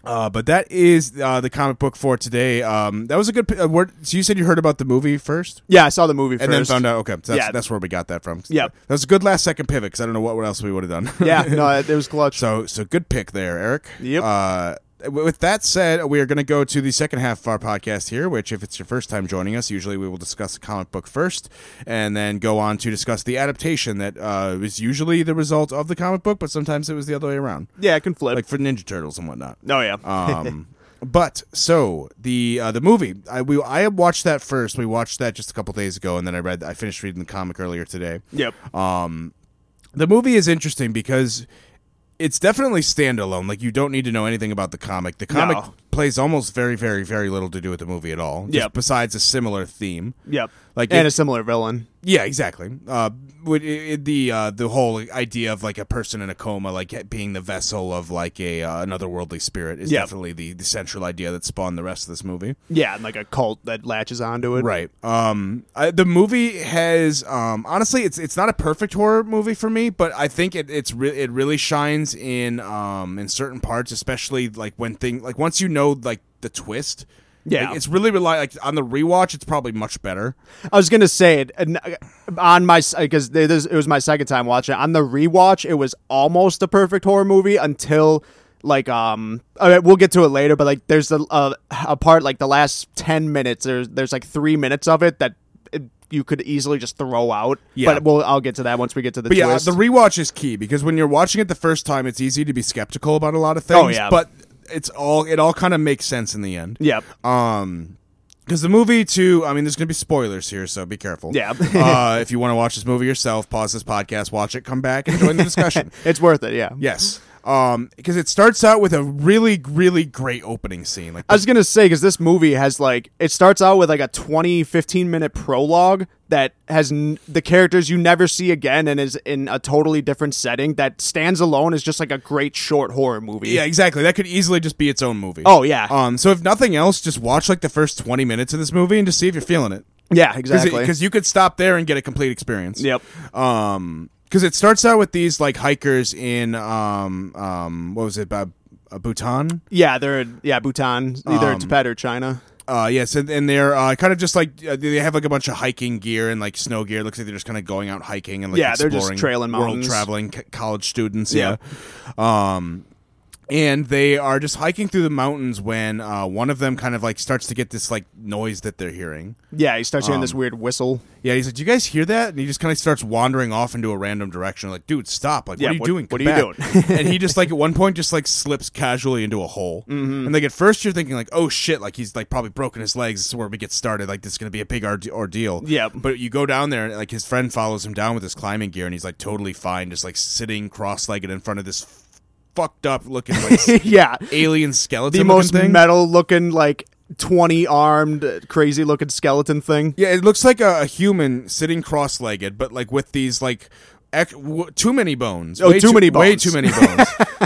[SPEAKER 1] Uh, but that is uh, the comic book for today. Um, that was a good. P- uh, word. So you said you heard about the movie first.
[SPEAKER 2] yeah. I saw the movie
[SPEAKER 1] and
[SPEAKER 2] first.
[SPEAKER 1] then found out. Okay, so that's,
[SPEAKER 2] Yeah.
[SPEAKER 1] that's where we got that from.
[SPEAKER 2] Yeah.
[SPEAKER 1] that was a good last second pivot because I don't know what, what else we would have done.
[SPEAKER 2] (laughs) yeah, no, it, it was
[SPEAKER 1] (laughs)
[SPEAKER 2] clutch.
[SPEAKER 1] so so good pick there, Eric.
[SPEAKER 2] Yep.
[SPEAKER 1] Uh, w- with that said, we are going to go to the second half of our podcast here, which, if it's your first time joining us, usually we will discuss the comic book first and then go on to discuss the adaptation that uh, was usually the result of the comic book, but sometimes it was the other way around,
[SPEAKER 2] yeah, it can flip.
[SPEAKER 1] like for Ninja Turtles and whatnot.
[SPEAKER 2] oh yeah,
[SPEAKER 1] Um, but so the uh, the movie I we I watched that first. We watched that just a couple days ago, and then I read I finished reading the comic earlier today.
[SPEAKER 2] yep.
[SPEAKER 1] uh, The movie is interesting because it's definitely standalone. Like you don't need to know anything about the comic. The comic
[SPEAKER 2] No.
[SPEAKER 1] plays almost very very very little to do with the movie at all. just
[SPEAKER 2] Yep.
[SPEAKER 1] Besides a similar theme.
[SPEAKER 2] Yep.
[SPEAKER 1] Like
[SPEAKER 2] and
[SPEAKER 1] it-
[SPEAKER 2] a similar villain.
[SPEAKER 1] yeah, exactly. Uh, would i- i- the uh, the whole idea of like a person in a coma, like being the vessel of like a uh, another worldly spirit, is
[SPEAKER 2] Yeah.
[SPEAKER 1] definitely the, the central idea that spawned the rest of this movie.
[SPEAKER 2] Yeah, and like a cult that latches onto it.
[SPEAKER 1] Right. Um, I, the movie has um, honestly, it's it's not a perfect horror movie for me, but I think it it's re- it really shines in um in certain parts, especially like when thing like once you know like the twist.
[SPEAKER 2] Yeah.
[SPEAKER 1] Like, it's really rely like on the rewatch. It's probably much better.
[SPEAKER 2] I was gonna say it and uh, on my because it was my second time watching it. on the rewatch. It was almost a perfect horror movie until like um all right, we'll get to it later. But like there's a, a a part like the last ten minutes. There's there's like three minutes of it that it, you could easily just throw out.
[SPEAKER 1] Yeah.
[SPEAKER 2] But we'll I'll get to that once we get to the
[SPEAKER 1] But yeah,
[SPEAKER 2] twist.
[SPEAKER 1] the rewatch is key because when you're watching it the first time, it's easy to be skeptical about a lot of things.
[SPEAKER 2] Oh, yeah.
[SPEAKER 1] But it's all it all kind of makes sense in the end.
[SPEAKER 2] yep.
[SPEAKER 1] Um, because the movie too. I mean, there's gonna be spoilers here, so be careful.
[SPEAKER 2] Yeah.
[SPEAKER 1] (laughs) uh, if you want to watch this movie yourself, pause this podcast, watch it, come back, and join the
[SPEAKER 2] (laughs)
[SPEAKER 1] discussion.
[SPEAKER 2] It's worth it. Yeah.
[SPEAKER 1] yes. Um, because it starts out with a really, really great opening scene. Like,
[SPEAKER 2] I was gonna say because this movie has like it starts out with like a 20 15 minute prologue that has n- the characters you never see again and is in a totally different setting that stands alone is just like a great short horror movie
[SPEAKER 1] yeah, exactly. That could easily just be its own movie.
[SPEAKER 2] oh yeah
[SPEAKER 1] Um, so if nothing else, just watch like the first twenty minutes of this movie and just see if you're feeling it.
[SPEAKER 2] yeah
[SPEAKER 1] Because
[SPEAKER 2] exactly
[SPEAKER 1] you could stop there and get a complete experience.
[SPEAKER 2] yep
[SPEAKER 1] um because it starts out with these like hikers in um um what was it about uh, Bhutan.
[SPEAKER 2] Yeah, they're yeah Bhutan, either
[SPEAKER 1] Um,
[SPEAKER 2] Tibet or China.
[SPEAKER 1] Uh, yes, and, and they're uh, kind of just like uh, they have like a bunch of hiking gear and like snow gear. It looks like they're just kind of going out hiking and like
[SPEAKER 2] Yeah, they're just
[SPEAKER 1] exploring,
[SPEAKER 2] trailing
[SPEAKER 1] world
[SPEAKER 2] mountains.
[SPEAKER 1] traveling c- college students.
[SPEAKER 2] Yeah.
[SPEAKER 1] Yeah. Um, and they are just hiking through the mountains when uh, one of them kind of like starts to get this like noise that they're hearing.
[SPEAKER 2] Yeah, he starts
[SPEAKER 1] um,
[SPEAKER 2] hearing this weird whistle. (laughs)
[SPEAKER 1] Yeah, he's like, "Do you guys hear that?" And he just kind of starts wandering off into a random direction. Like, dude, stop! Like,
[SPEAKER 2] Yeah,
[SPEAKER 1] what are you
[SPEAKER 2] what-
[SPEAKER 1] doing?
[SPEAKER 2] what
[SPEAKER 1] Come
[SPEAKER 2] are you
[SPEAKER 1] back." (laughs) and he just like at one point just like slips casually into a hole. Mm-hmm. And like at first you're thinking like, "Oh shit!" Like he's like probably broken his legs. This is where we get started. Like this is gonna be a big orde- ordeal.
[SPEAKER 2] Yep.
[SPEAKER 1] But you go down there and like his friend follows him down with his climbing gear, and he's like totally fine, just like sitting cross-legged in front of this f- fucked up looking like
[SPEAKER 2] (laughs) yeah,
[SPEAKER 1] alien skeleton.
[SPEAKER 2] the
[SPEAKER 1] looking
[SPEAKER 2] most
[SPEAKER 1] thing.
[SPEAKER 2] metal looking like twenty armed uh, crazy looking skeleton thing.
[SPEAKER 1] Yeah, it looks like a, a human sitting cross-legged, but like with these like ec- w- too many bones.
[SPEAKER 2] Oh, too many
[SPEAKER 1] Way
[SPEAKER 2] bones.
[SPEAKER 1] too
[SPEAKER 2] (laughs)
[SPEAKER 1] many bones.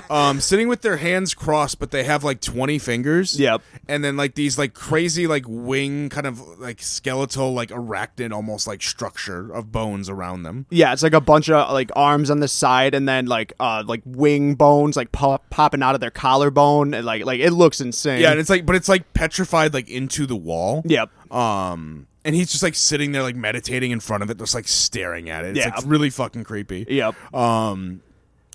[SPEAKER 1] um, sitting with their hands crossed, but they have like twenty fingers.
[SPEAKER 2] Yep.
[SPEAKER 1] And then like these like crazy like wing kind of like skeletal like arachnid almost like structure of bones around them.
[SPEAKER 2] Yeah, it's like a bunch of like arms on the side, and then like uh like wing bones like pop- popping out of their collarbone, and like like it looks insane.
[SPEAKER 1] Yeah, and it's like, but it's like petrified like into the wall.
[SPEAKER 2] yep.
[SPEAKER 1] Um, and he's just like sitting there like meditating in front of it, just like staring at it. It's
[SPEAKER 2] Yeah.
[SPEAKER 1] like really fucking creepy.
[SPEAKER 2] Yep.
[SPEAKER 1] Um,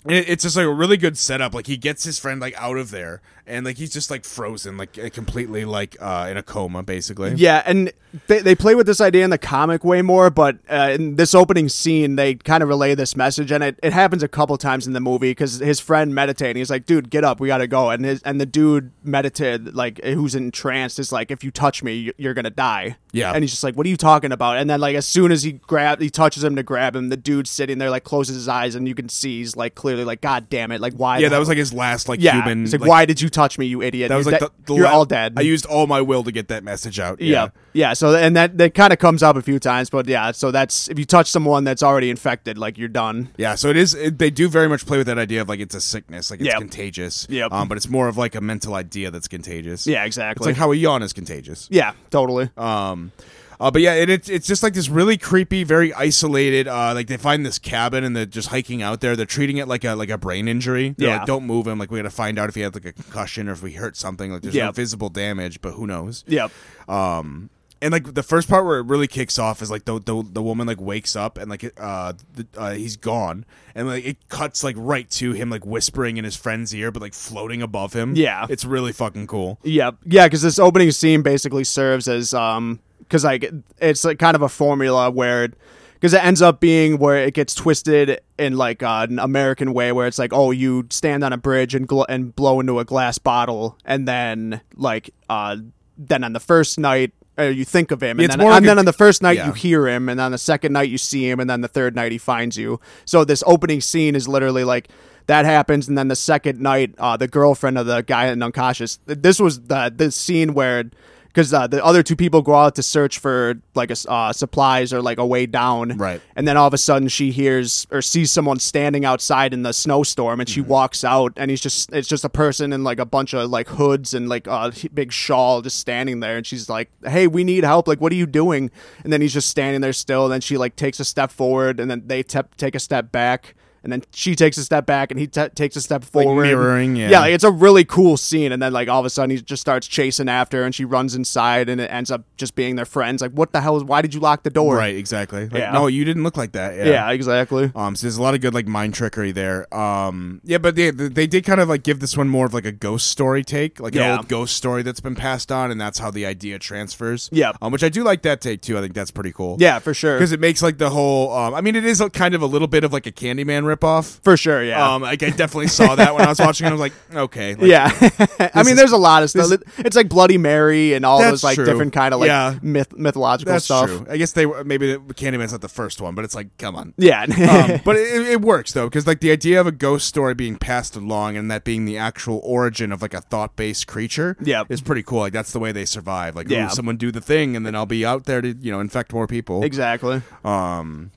[SPEAKER 1] and it- it's just like a really good setup. Like he gets his friend like out of there, and like he's just like frozen, like uh, completely like uh, in a coma, basically.
[SPEAKER 2] Yeah, and they, they play with this idea in the comic way more, but uh, in this opening scene, they kind of relay this message, and it, it happens a couple times in the movie because his friend meditating, he's like, "Dude, get up, we gotta go," and his, and the dude meditated like who's entranced is like, "If you touch me, you- you're gonna die."
[SPEAKER 1] Yeah.
[SPEAKER 2] and he's just like, "What are you talking about?" And then like as soon as he grab, he touches him to grab him, the dude's sitting there like closes his eyes, and you can see he's like clearly like, "God damn it!" Like why?
[SPEAKER 1] yeah.
[SPEAKER 2] the-
[SPEAKER 1] That was like his last like
[SPEAKER 2] yeah.
[SPEAKER 1] human.
[SPEAKER 2] It's like, why did you touch me, you idiot?
[SPEAKER 1] That was
[SPEAKER 2] You're
[SPEAKER 1] like
[SPEAKER 2] dead-
[SPEAKER 1] the, the
[SPEAKER 2] you're
[SPEAKER 1] la-
[SPEAKER 2] all dead.
[SPEAKER 1] I used all my will to get that message out.
[SPEAKER 2] Yeah. Yeah. So, and that, that kind of comes up a few times, but yeah. So that's, if you touch someone that's already infected, like you're done.
[SPEAKER 1] Yeah, so it is. It, they do very much play with that idea of like it's a sickness, like it's
[SPEAKER 2] Yep.
[SPEAKER 1] contagious.
[SPEAKER 2] Yep.
[SPEAKER 1] Um, but it's more of like a mental idea that's contagious.
[SPEAKER 2] Yeah,
[SPEAKER 1] It's
[SPEAKER 2] exactly.
[SPEAKER 1] like how a yawn is contagious.
[SPEAKER 2] yeah, totally.
[SPEAKER 1] Um, uh, but yeah, and it's it's just like this really creepy, very isolated. Uh, like they find this cabin and they're just hiking out there. They're treating it like a like a brain injury. They're
[SPEAKER 2] Yeah.
[SPEAKER 1] like, don't move him. Like we got to find out if he had like a concussion or if we hurt something. Like there's no
[SPEAKER 2] Yep.
[SPEAKER 1] visible damage, but who knows?
[SPEAKER 2] yep.
[SPEAKER 1] Um, and like the first part where it really kicks off is like the the, the woman like wakes up and like it, uh, the, uh he's gone and like it cuts like right to him like whispering in his friend's ear, but like floating above him.
[SPEAKER 2] Yeah.
[SPEAKER 1] it's really fucking cool.
[SPEAKER 2] Yep. Yeah. Cause this opening scene basically serves as, um, cause like it's like kind of a formula where, because it ends up being where it gets twisted in like uh, an American way, where it's like, oh, you stand on a bridge and gl- and blow into a glass bottle, and then like, uh, then on the first night uh, you think of him, and,
[SPEAKER 1] It's
[SPEAKER 2] then,
[SPEAKER 1] more like
[SPEAKER 2] and
[SPEAKER 1] a-
[SPEAKER 2] then on the first night
[SPEAKER 1] yeah.
[SPEAKER 2] you hear him, and on the second night you see him, and then the third night he finds you. So this opening scene is literally like that happens, and then the second night, uh, the girlfriend of the guy in unconscious. th- This was the the scene where. Because uh, the other two people go out to search for like a s uh, supplies or like a way down,
[SPEAKER 1] Right.
[SPEAKER 2] And then all of a sudden she hears or sees someone standing outside in the snowstorm, and she
[SPEAKER 1] Mm-hmm.
[SPEAKER 2] walks out, and he's just it's just a person in like a bunch of like hoods and like a h- big shawl just standing there, and she's like, "Hey, we need help! Like, what are you doing?" And then he's just standing there still. And then she like takes a step forward, and then they tep take a step back. And then she takes a step back, and he t- takes a step forward.
[SPEAKER 1] mirroring, yeah.
[SPEAKER 2] like, it's a really cool scene. And then, like all of a sudden, he just starts chasing after, her, and she runs inside, and it ends up just being their friends. Like, what the hell? Why did you lock the door?
[SPEAKER 1] Right, exactly. Like,
[SPEAKER 2] Yeah.
[SPEAKER 1] No, you didn't look like that.
[SPEAKER 2] Yeah, exactly.
[SPEAKER 1] Um, so there's a lot of good like mind trickery there. Um, yeah, but they they did kind of like give this one more of like a ghost story take, like
[SPEAKER 2] Yeah.
[SPEAKER 1] an old ghost story that's been passed on, and that's how the idea transfers.
[SPEAKER 2] Yep.
[SPEAKER 1] um, which I do like that take too. I think that's pretty cool.
[SPEAKER 2] Yeah, for sure.
[SPEAKER 1] because it makes like the whole. Um, I mean, it is a, kind of a little bit of like a Candyman ripoff.
[SPEAKER 2] For sure, yeah.
[SPEAKER 1] Um, like I definitely saw that when I was watching. it. I was like, okay, like,
[SPEAKER 2] (laughs) yeah. I mean,
[SPEAKER 1] is-
[SPEAKER 2] there's a lot of stuff. it's like Bloody Mary and all
[SPEAKER 1] That's
[SPEAKER 2] those like
[SPEAKER 1] true.
[SPEAKER 2] different kind of like
[SPEAKER 1] Yeah.
[SPEAKER 2] myth- mythological
[SPEAKER 1] that's
[SPEAKER 2] stuff.
[SPEAKER 1] true. I guess they were maybe the, Candyman's not the first one, but it's like, come on.
[SPEAKER 2] Yeah.
[SPEAKER 1] um, but it, it works though because like the idea of a ghost story being passed along and that being the actual origin of like a thought-based creature
[SPEAKER 2] Yep.
[SPEAKER 1] is pretty cool like that's the way they survive like ooh,
[SPEAKER 2] Yeah.
[SPEAKER 1] someone do the thing and then i'll be out there to you know infect more people
[SPEAKER 2] (laughs) exactly.
[SPEAKER 1] um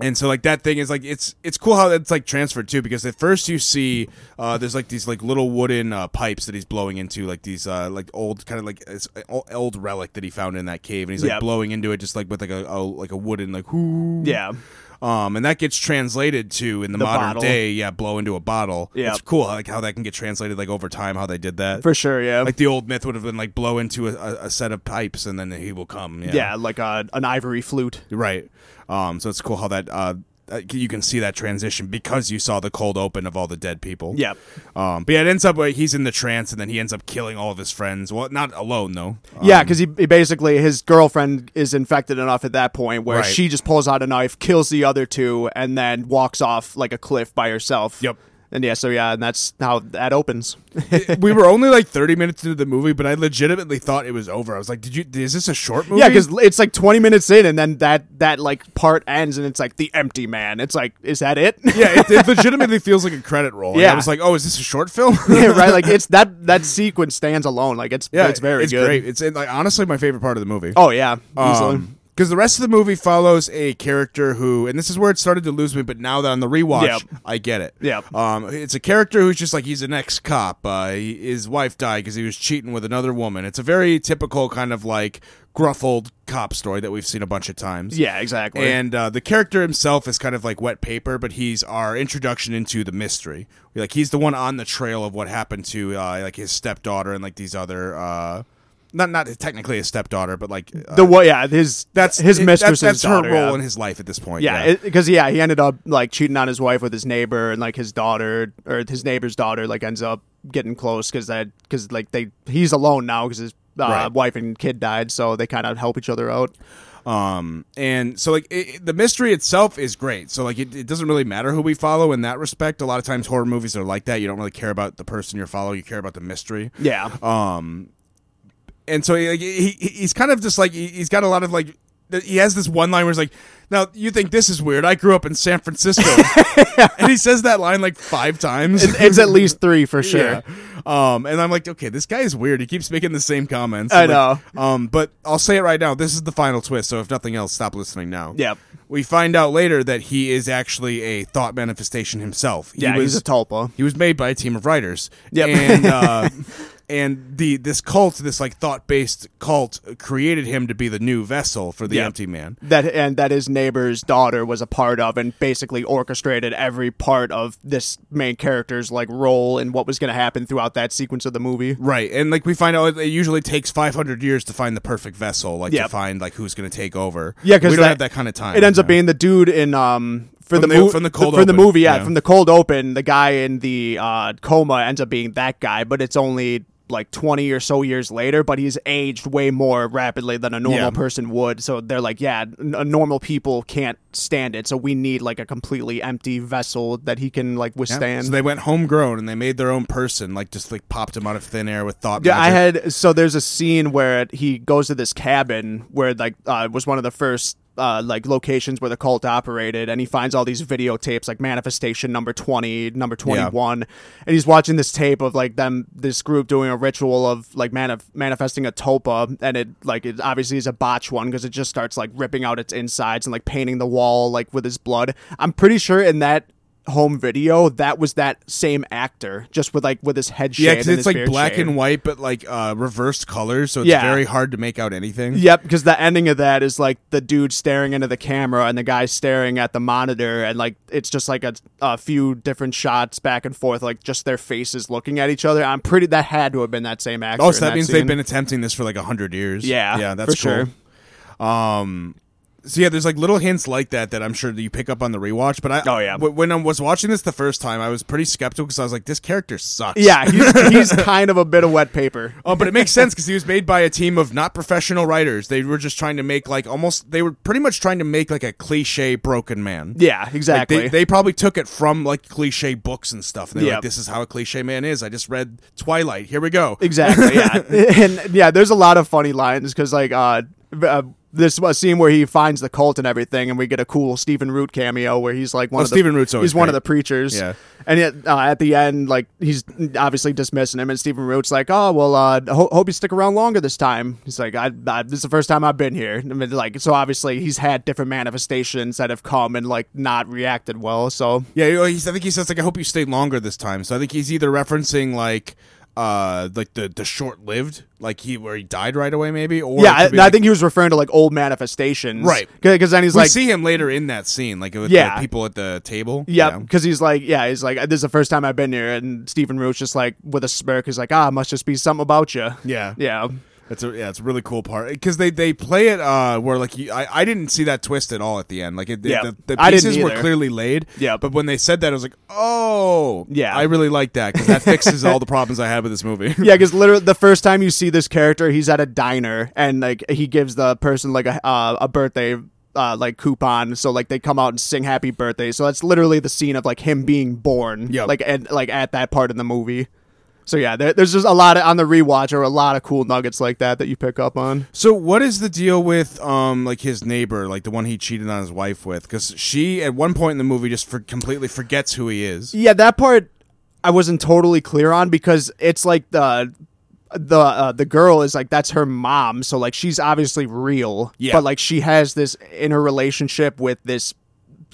[SPEAKER 1] and so like that thing is like it's it's cool how that's like transferred too because at first you see uh there's like these like little wooden uh, pipes that he's blowing into like these uh like old kind of like it's an o- old relic that he found in that cave and he's like
[SPEAKER 2] Yep.
[SPEAKER 1] blowing into it just like with like a, a like a wooden like whoo
[SPEAKER 2] Yeah.
[SPEAKER 1] Um, and that gets translated to in the,
[SPEAKER 2] The
[SPEAKER 1] modern
[SPEAKER 2] bottle.
[SPEAKER 1] day, yeah, blow into a bottle.
[SPEAKER 2] Yep.
[SPEAKER 1] it's cool like how that can get translated like over time how they did that.
[SPEAKER 2] for sure. Yeah,
[SPEAKER 1] like the old myth would have been like blow into a, a, a set of pipes and then he will come. Yeah,
[SPEAKER 2] yeah, like a, an ivory flute.
[SPEAKER 1] right. Um, so it's cool how that uh, uh, you can see that transition because you saw the cold open of all the dead people.
[SPEAKER 2] Yeah.
[SPEAKER 1] Um, but yeah, it ends up where he's in the trance and then he ends up killing all of his friends. Well, not alone
[SPEAKER 2] (laughs)
[SPEAKER 1] though. Um,
[SPEAKER 2] Yeah, because he, he basically his girlfriend is infected enough at that point where
[SPEAKER 1] Right.
[SPEAKER 2] she just pulls out a knife, kills the other two, and then walks off like a cliff by herself.
[SPEAKER 1] Yep.
[SPEAKER 2] And yeah, so yeah, and that's how that opens.
[SPEAKER 1] we were only like 30 minutes into the movie, but I legitimately thought it was over. I was like, "Did you? Is this a short movie?"
[SPEAKER 2] Yeah, because it's like twenty minutes in, and then that that like part ends, and it's like the empty man. It's like, is that it?
[SPEAKER 1] yeah, it, it legitimately feels like a credit roll. And I
[SPEAKER 2] Yeah.
[SPEAKER 1] was like, "Oh, is this a short film?"
[SPEAKER 2] (laughs) (laughs) Yeah, right. Like it's that that sequence stands alone. Like it's it's very
[SPEAKER 1] it's
[SPEAKER 2] good.
[SPEAKER 1] great. Um, It's in, like honestly my favorite part of the movie.
[SPEAKER 2] Oh yeah, easily.
[SPEAKER 1] because the rest of the movie follows a character who, and this is where it started to lose me, but now that on the rewatch,
[SPEAKER 2] Yep.
[SPEAKER 1] I get it.
[SPEAKER 2] Yep.
[SPEAKER 1] Um, it's a character who's just like he's an ex cop. Uh, he- his wife died because he was cheating with another woman. It's a very typical kind of like gruff old cop story that we've seen a bunch of times.
[SPEAKER 2] yeah, exactly.
[SPEAKER 1] And uh, the character himself is kind of like wet paper, but he's our introduction into the mystery. Like he's the one on the trail of what happened to uh, like his stepdaughter and like these other, uh, not not technically his stepdaughter, but like uh,
[SPEAKER 2] the wa- yeah, his
[SPEAKER 1] that's
[SPEAKER 2] that's his
[SPEAKER 1] it- that-
[SPEAKER 2] mistress's
[SPEAKER 1] that's
[SPEAKER 2] daughter,
[SPEAKER 1] her role
[SPEAKER 2] yeah.
[SPEAKER 1] in his life at this point.
[SPEAKER 2] Yeah, because yeah. he ended up like cheating on his wife with his neighbor, and like his daughter or his neighbor's daughter like ends up getting close because that because like they he's alone now because his uh,
[SPEAKER 1] Right.
[SPEAKER 2] wife and kid died, so they kind of help each other out.
[SPEAKER 1] um, and so like it, it- the mystery itself is great. So like it, it doesn't really matter who we follow in that respect. A lot of times horror movies are like that. You don't really care about the person you're following. You care about the mystery.
[SPEAKER 2] Yeah,
[SPEAKER 1] and so like, he he- he's kind of just like he- he's got a lot of like th- he has this one line where he's like now you think this is weird i grew up in san
[SPEAKER 2] (laughs)
[SPEAKER 1] francisco and he says that line like five times
[SPEAKER 2] it's at least three for sure.
[SPEAKER 1] yeah. um and i'm like okay this guy is weird he keeps making the same comments
[SPEAKER 2] I
[SPEAKER 1] Like, um but i'll say it right now this is the final twist so if nothing else stop listening now
[SPEAKER 2] Yep.
[SPEAKER 1] we find out later that he is actually a thought manifestation himself
[SPEAKER 2] Yeah,
[SPEAKER 1] he was
[SPEAKER 2] he's a tulpa.
[SPEAKER 1] he was made by a team of writers.
[SPEAKER 2] Yep.
[SPEAKER 1] And
[SPEAKER 2] (laughs)
[SPEAKER 1] uh, and the this cult, this like thought based cult, created him to be the new vessel for the
[SPEAKER 2] Yep.
[SPEAKER 1] empty man.
[SPEAKER 2] That and that his neighbor's daughter was a part of, and basically orchestrated every part of this main character's like role and what was going to happen throughout that sequence of the movie.
[SPEAKER 1] Right. And like we find out it usually takes 500 years to find the perfect vessel, like to
[SPEAKER 2] Yep.
[SPEAKER 1] find like who's going to take over.
[SPEAKER 2] Yeah, 'cause
[SPEAKER 1] we don't
[SPEAKER 2] that-
[SPEAKER 1] have that kind of time.
[SPEAKER 2] It ends
[SPEAKER 1] you
[SPEAKER 2] up
[SPEAKER 1] know?
[SPEAKER 2] being the dude in um for
[SPEAKER 1] From
[SPEAKER 2] the,
[SPEAKER 1] the-
[SPEAKER 2] movie
[SPEAKER 1] from the cold
[SPEAKER 2] from the
[SPEAKER 1] open,
[SPEAKER 2] movie yeah,
[SPEAKER 1] yeah.
[SPEAKER 2] from the cold open the guy in the uh, coma ends up being that guy but it's only like 20 or so years later but he's aged way more rapidly than a normal
[SPEAKER 1] Yeah.
[SPEAKER 2] person would so they're like yeah n- uh, normal people can't stand it so we need like a completely empty vessel that he can like
[SPEAKER 1] Yeah.
[SPEAKER 2] withstand
[SPEAKER 1] So they went homegrown and they made their own person, like just like popped him out of thin air with thought.
[SPEAKER 2] Yeah, I
[SPEAKER 1] magic.
[SPEAKER 2] had so there's a scene where it- he goes to this cabin where like uh, it was one of the first uh, like locations where the cult operated, and he finds all these videotapes like manifestation number twenty, number twenty one, and he's watching this tape of like them this group doing a ritual of like manif- manifesting a topa, and it like it obviously is a botch one because it just starts like ripping out its insides and like painting the wall like with his blood. I'm pretty sure in that. Home video that was that same actor just with like with his head
[SPEAKER 1] Yeah,
[SPEAKER 2] shaved
[SPEAKER 1] because
[SPEAKER 2] and
[SPEAKER 1] it's
[SPEAKER 2] his
[SPEAKER 1] like
[SPEAKER 2] beard
[SPEAKER 1] black
[SPEAKER 2] shaved.
[SPEAKER 1] and white, but like uh, reversed colors, so it's
[SPEAKER 2] Yeah.
[SPEAKER 1] very hard to make out anything.
[SPEAKER 2] Yep, because the ending of that is like the dude staring into the camera and the guy staring at the monitor, and like it's just like a, a few different shots back and forth, like just their faces looking at each other. I'm pretty that had to have been that same actor.
[SPEAKER 1] Oh,
[SPEAKER 2] in
[SPEAKER 1] so that means
[SPEAKER 2] scene.
[SPEAKER 1] they've been attempting this for like hundred years.
[SPEAKER 2] Yeah,
[SPEAKER 1] yeah, that's
[SPEAKER 2] for
[SPEAKER 1] cool. Um,
[SPEAKER 2] sure.
[SPEAKER 1] So yeah, there's like little hints like that that I'm sure that you pick up on the rewatch. But I,
[SPEAKER 2] Oh, yeah.
[SPEAKER 1] w- when I was watching this the first time, I was pretty skeptical because I was like, this character sucks. (laughs)
[SPEAKER 2] Yeah, he's, he's kind of a bit of wet paper.
[SPEAKER 1] Oh, but it makes sense because he was made by a team of not professional writers. They were just trying to make like almost they were pretty much trying to make like a cliche broken man.
[SPEAKER 2] Yeah,
[SPEAKER 1] Like,
[SPEAKER 2] exactly.
[SPEAKER 1] they, they probably took it from like cliche books and stuff. And they're like,
[SPEAKER 2] Yep.
[SPEAKER 1] this is how a cliche man is. I just read Twilight. Here we go.
[SPEAKER 2] Exactly. Yeah, (laughs) and yeah, there's a lot of funny lines because like uh, uh this a scene where he finds the cult and everything, and we get a cool Stephen Root cameo where he's like one
[SPEAKER 1] Oh,
[SPEAKER 2] of the,
[SPEAKER 1] Stephen Root's always
[SPEAKER 2] he's one
[SPEAKER 1] great.
[SPEAKER 2] of the preachers.
[SPEAKER 1] Yeah.
[SPEAKER 2] And yet, uh, at the end, like he's obviously dismissing him, and Stephen Root's like, "Oh well, uh, ho- hope you stick around longer this time." He's like, I, I, "This is the first time I've been here." I mean, like, so obviously he's had different manifestations that have come and like not reacted well. So
[SPEAKER 1] Yeah, you know, he's, I think he says like, "I hope you stay longer this time." So I think he's either referencing like uh like the the short lived like he where he died right away maybe or
[SPEAKER 2] yeah,
[SPEAKER 1] it
[SPEAKER 2] I,
[SPEAKER 1] could be,
[SPEAKER 2] I
[SPEAKER 1] like-
[SPEAKER 2] think he was referring to like old manifestations,
[SPEAKER 1] Right.
[SPEAKER 2] Because then he's
[SPEAKER 1] we
[SPEAKER 2] like,
[SPEAKER 1] see him later in that scene like with
[SPEAKER 2] Yeah.
[SPEAKER 1] the people at the table
[SPEAKER 2] yeah,
[SPEAKER 1] you know?
[SPEAKER 2] because he's like, yeah, he's like, this is the first time I've been here, and Stephen Roach just like with a smirk is like, ah, must just be something about you.
[SPEAKER 1] yeah
[SPEAKER 2] Yeah,
[SPEAKER 1] It's a yeah, it's a really cool part because they they play it uh where like you, I I didn't see that twist at all at the end like it,
[SPEAKER 2] Yeah.
[SPEAKER 1] the, the
[SPEAKER 2] I didn't
[SPEAKER 1] pieces were
[SPEAKER 2] either.
[SPEAKER 1] clearly laid
[SPEAKER 2] Yeah.
[SPEAKER 1] but when they said that I was like oh
[SPEAKER 2] Yeah.
[SPEAKER 1] I really like that because that fixes all the problems I had with this
[SPEAKER 2] (laughs)
[SPEAKER 1] movie
[SPEAKER 2] yeah, because literally the first time you see this character, he's at a diner and like he gives the person like a uh, a birthday. Uh, like coupon, so like they come out and sing "Happy Birthday." So that's literally the scene of like him being born,
[SPEAKER 1] Yep.
[SPEAKER 2] like and like at that part in the movie. So yeah, there, there's just a lot of, on the rewatch are a lot of cool nuggets like that that you pick up on.
[SPEAKER 1] So what is the deal with um like his neighbor, like the one he cheated on his wife with? Because she at one point in the movie just for- completely forgets who he is.
[SPEAKER 2] Yeah, that part I wasn't totally clear on because it's like the the uh, the girl is like that's her mom, so like she's obviously real.
[SPEAKER 1] Yeah.
[SPEAKER 2] But like she has this inner relationship with this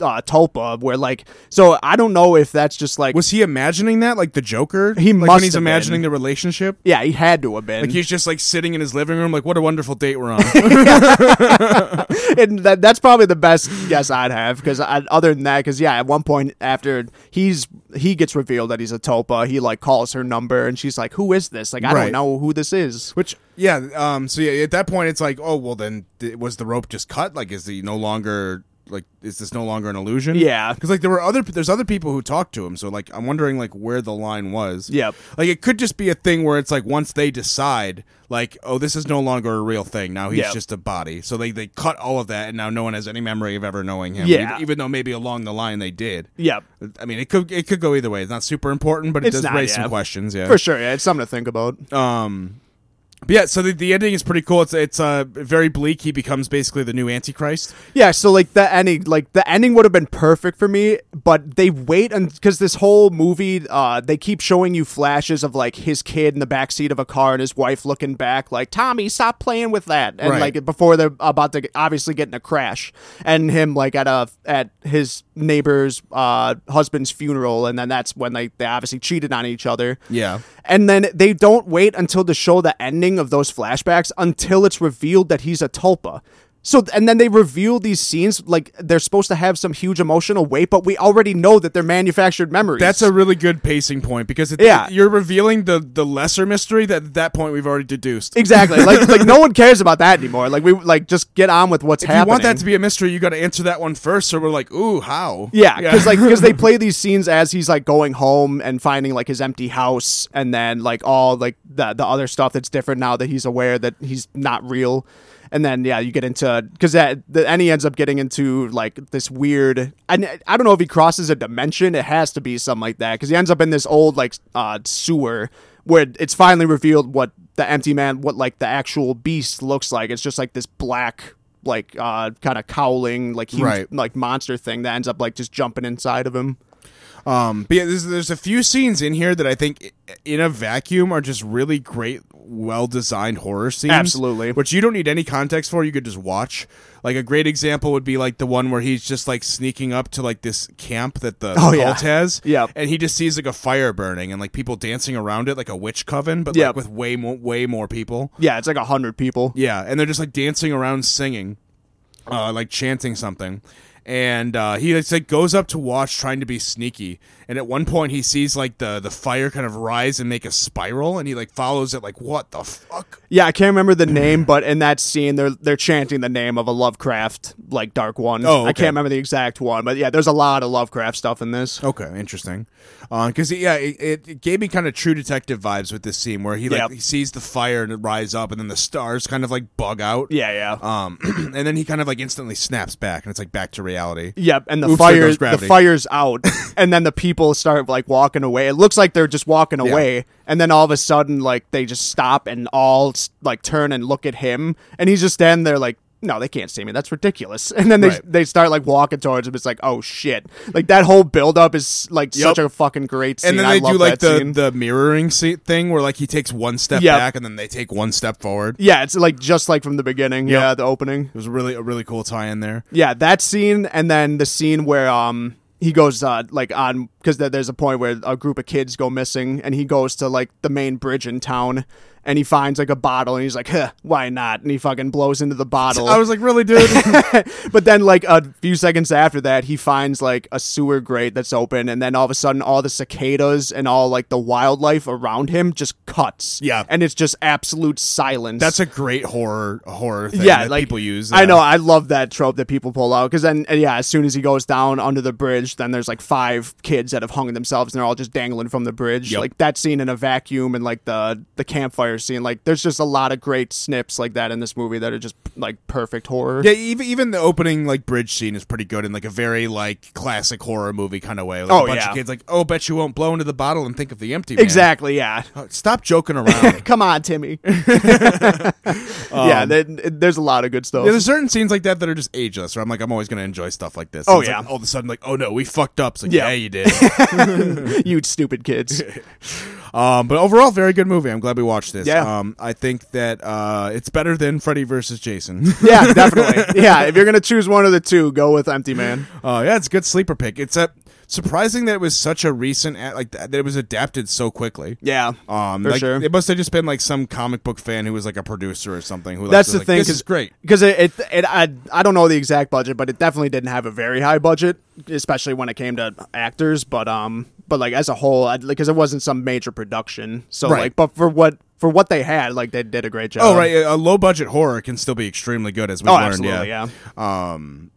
[SPEAKER 2] uh, Tulpa, where like so I don't know if that's just like
[SPEAKER 1] Was he imagining that, like the Joker?
[SPEAKER 2] He
[SPEAKER 1] like when
[SPEAKER 2] must
[SPEAKER 1] he's
[SPEAKER 2] have
[SPEAKER 1] imagining the relationship.
[SPEAKER 2] yeah he had to have been
[SPEAKER 1] Like he's just like sitting in his living room, like what a wonderful date we're on.
[SPEAKER 2] (laughs) and that that's probably the best guess I'd have because other than that, because yeah, at one point after he's he gets revealed that he's a Tulpa, he like calls her number and she's like, "Who is this? Like I
[SPEAKER 1] Right.
[SPEAKER 2] don't know who this is."
[SPEAKER 1] Which yeah, um. So yeah, at that point it's like, oh well, then th- was the rope just cut? Like, is he no longer like is this no longer an illusion?
[SPEAKER 2] Yeah.
[SPEAKER 1] because like there were other there's other people who talked to him. So like I'm wondering like where the line was.
[SPEAKER 2] Yep.
[SPEAKER 1] like it could just be a thing where it's like once they decide like oh this is no longer a real thing now he's
[SPEAKER 2] Yep.
[SPEAKER 1] just a body. So they they cut all of that and now no one has any memory of ever knowing him.
[SPEAKER 2] Yeah.
[SPEAKER 1] ev- even though maybe along the line they did.
[SPEAKER 2] Yep.
[SPEAKER 1] I mean, it could it could go either way. It's not super important, but it
[SPEAKER 2] It's
[SPEAKER 1] does
[SPEAKER 2] not,
[SPEAKER 1] raise
[SPEAKER 2] yeah.
[SPEAKER 1] some questions. Yeah,
[SPEAKER 2] For sure, yeah, it's something to think about.
[SPEAKER 1] um, but yeah, so the, the ending is pretty cool. It's it's uh, very bleak. He becomes basically the new Antichrist.
[SPEAKER 2] Yeah, so like the ending, like the ending would have been perfect for me, but they wait and because this whole movie, uh, they keep showing you flashes of like his kid in the backseat of a car and his wife looking back, like Tommy, stop playing with that, and
[SPEAKER 1] Right.
[SPEAKER 2] like before they're about to get- obviously get in a crash, and him like at a at his neighbor's uh husband's funeral, and then that's when like they obviously cheated on each other.
[SPEAKER 1] Yeah.
[SPEAKER 2] And then they don't wait until to show the ending of those flashbacks until it's revealed that he's a tulpa. So and then they reveal these scenes like they're supposed to have some huge emotional weight, but we already know that they're manufactured memories.
[SPEAKER 1] That's a really good pacing point because it,
[SPEAKER 2] Yeah.
[SPEAKER 1] you're revealing the the lesser mystery that at that point we've already deduced.
[SPEAKER 2] exactly like like
[SPEAKER 1] (laughs)
[SPEAKER 2] no one cares about that anymore. Like we like just get on with what's
[SPEAKER 1] If
[SPEAKER 2] happening.
[SPEAKER 1] you want that to be a mystery, you got to answer that one first, or we're like, ooh, how?
[SPEAKER 2] Yeah,
[SPEAKER 1] (laughs)
[SPEAKER 2] because like because they play these scenes as he's like going home and finding like his empty house, and then like all like the the other stuff that's different now that he's aware that he's not real, and then yeah, you get into because that the, and he ends up getting into like this weird and I don't know if he crosses a dimension. It has to be something like that because he ends up in this old like uh, sewer where it's finally revealed what the empty man, what like the actual beast looks like. It's just like this black like uh kind of cowling like huge
[SPEAKER 1] Right.
[SPEAKER 2] like monster thing that ends up like just jumping inside of him.
[SPEAKER 1] Um, but yeah, there's, there's a few scenes in here that I think, i- in a vacuum, are just really great, well designed horror scenes.
[SPEAKER 2] Absolutely.
[SPEAKER 1] Which you don't need any context for. You could just watch. Like a great example would be like the one where he's just like sneaking up to like this camp that the
[SPEAKER 2] Oh,
[SPEAKER 1] cult
[SPEAKER 2] yeah.
[SPEAKER 1] has.
[SPEAKER 2] Yep.
[SPEAKER 1] And he just sees like a fire burning and like people dancing around it like a witch coven, but like
[SPEAKER 2] Yep.
[SPEAKER 1] with way more way more people.
[SPEAKER 2] Yeah, it's like a hundred people.
[SPEAKER 1] Yeah, and they're just like dancing around singing, uh, like chanting something. And uh, he just, like goes up to watch, trying to be sneaky. And at one point, he sees like the the fire kind of rise and make a spiral, and he like follows it. Like what the fuck?
[SPEAKER 2] Yeah, I can't remember the name, but in that scene they're they're chanting the name of a Lovecraft like dark one.
[SPEAKER 1] Oh,
[SPEAKER 2] I
[SPEAKER 1] okay.
[SPEAKER 2] can't remember the exact one, but yeah, there's a lot of Lovecraft stuff in this.
[SPEAKER 1] Okay, interesting. Because Uh, yeah, it, it, it gave me kind of True Detective vibes with this scene where he like
[SPEAKER 2] Yep.
[SPEAKER 1] he sees the fire and it rise up, and then the stars kind of like bug out.
[SPEAKER 2] Yeah, yeah.
[SPEAKER 1] Um, (clears throat) and then he kind of like instantly snaps back, and it's like back to reality.
[SPEAKER 2] Yep, and the
[SPEAKER 1] Oops, there
[SPEAKER 2] fire
[SPEAKER 1] goes
[SPEAKER 2] the
[SPEAKER 1] gravity.
[SPEAKER 2] fire's
[SPEAKER 1] (laughs)
[SPEAKER 2] out, and then the people start like walking away. It looks like they're just walking away, and then all of a sudden, like they just stop and all s- like turn and look at him, and he's just standing there like, no, they can't see me. That's ridiculous. (laughs) And then they
[SPEAKER 1] Right.
[SPEAKER 2] they start like walking towards him. It's like, oh shit! Like that whole build up is like
[SPEAKER 1] Yep.
[SPEAKER 2] such a fucking great scene.
[SPEAKER 1] and then
[SPEAKER 2] I
[SPEAKER 1] they
[SPEAKER 2] love
[SPEAKER 1] do like
[SPEAKER 2] that
[SPEAKER 1] the
[SPEAKER 2] scene.
[SPEAKER 1] the mirroring se- thing where like he takes one step
[SPEAKER 2] Yep.
[SPEAKER 1] back and then they take one step forward.
[SPEAKER 2] yeah, it's like just like from the beginning.
[SPEAKER 1] Yep.
[SPEAKER 2] Yeah, the opening.
[SPEAKER 1] It was really a really cool tie in there.
[SPEAKER 2] Yeah, that scene, and then the scene where um he goes uh, like on because there, there's a point where a group of kids go missing, and he goes to like the main bridge in town, and he finds like a bottle, and he's like, huh, "Why not?" And he fucking blows into the bottle.
[SPEAKER 1] I was like, really,
[SPEAKER 2] (laughs)
[SPEAKER 1] dude?
[SPEAKER 2] but then like a few seconds after that he finds like a sewer grate that's open and then all of a sudden all the cicadas and all like the wildlife around him just cuts
[SPEAKER 1] Yeah.
[SPEAKER 2] and it's just absolute silence
[SPEAKER 1] That's a great horror horror thing
[SPEAKER 2] yeah
[SPEAKER 1] that
[SPEAKER 2] like
[SPEAKER 1] people use.
[SPEAKER 2] i
[SPEAKER 1] yeah.
[SPEAKER 2] know i love that trope that people pull out because then uh, yeah as soon as he goes down under the bridge then there's like five kids that have hung themselves and they're all just dangling from the bridge
[SPEAKER 1] Yep.
[SPEAKER 2] like that scene in a vacuum and like the the campfire scene like there's just a lot of great snips like that in this movie that are just like perfect horror
[SPEAKER 1] Yeah, even even the opening like bridge scene is pretty good in like a very like classic horror movie kind of way. Like,
[SPEAKER 2] Oh,
[SPEAKER 1] a bunch
[SPEAKER 2] yeah.
[SPEAKER 1] of kids like, oh, bet you won't blow into the bottle and think of the empty. man."
[SPEAKER 2] exactly yeah
[SPEAKER 1] Uh, Stop joking
[SPEAKER 2] (laughs)
[SPEAKER 1] around.
[SPEAKER 2] Come
[SPEAKER 1] (laughs)
[SPEAKER 2] on, Timmy. yeah, there- there's a lot of good stuff.
[SPEAKER 1] Um, Yeah, there's certain scenes like that that are just ageless. Where I'm like, I'm always gonna enjoy stuff like this.
[SPEAKER 2] Oh,
[SPEAKER 1] It's
[SPEAKER 2] yeah.
[SPEAKER 1] like, all of a sudden, like, oh no, we fucked up. It's like,
[SPEAKER 2] Yeah.
[SPEAKER 1] yeah, you
[SPEAKER 2] (laughs)
[SPEAKER 1] did.
[SPEAKER 2] you
[SPEAKER 1] (laughs)
[SPEAKER 2] stupid kids.
[SPEAKER 1] um, but overall, very good movie. I'm glad we watched this.
[SPEAKER 2] Yeah.
[SPEAKER 1] Um, I think that uh, it's better than Freddy versus Jason. (laughs)
[SPEAKER 2] Yeah, definitely. Yeah, if you're gonna choose one of the two, go with Empty Man.
[SPEAKER 1] Uh, yeah, it's a good sleeper pick. It's a surprising that it was such a recent, a- like that it was adapted so quickly.
[SPEAKER 2] Yeah,
[SPEAKER 1] Um,
[SPEAKER 2] for
[SPEAKER 1] like,
[SPEAKER 2] sure.
[SPEAKER 1] It must have just been like some comic book fan who was like a producer or something. Who like,
[SPEAKER 2] That's
[SPEAKER 1] was
[SPEAKER 2] the
[SPEAKER 1] like,
[SPEAKER 2] thing,
[SPEAKER 1] This
[SPEAKER 2] 'cause-
[SPEAKER 1] is great.
[SPEAKER 2] Because it, it, it I, I don't know the exact budget, but it definitely didn't have a very high budget, especially when it came to actors. But um, but like as a whole, because it wasn't some major production. So
[SPEAKER 1] Right.
[SPEAKER 2] like, but for what for what they had, like they did a great job.
[SPEAKER 1] Oh right, a low budget horror can still be extremely good as we
[SPEAKER 2] Um, Oh,
[SPEAKER 1] learned.
[SPEAKER 2] absolutely.
[SPEAKER 1] yeah. Um,
[SPEAKER 2] Yeah.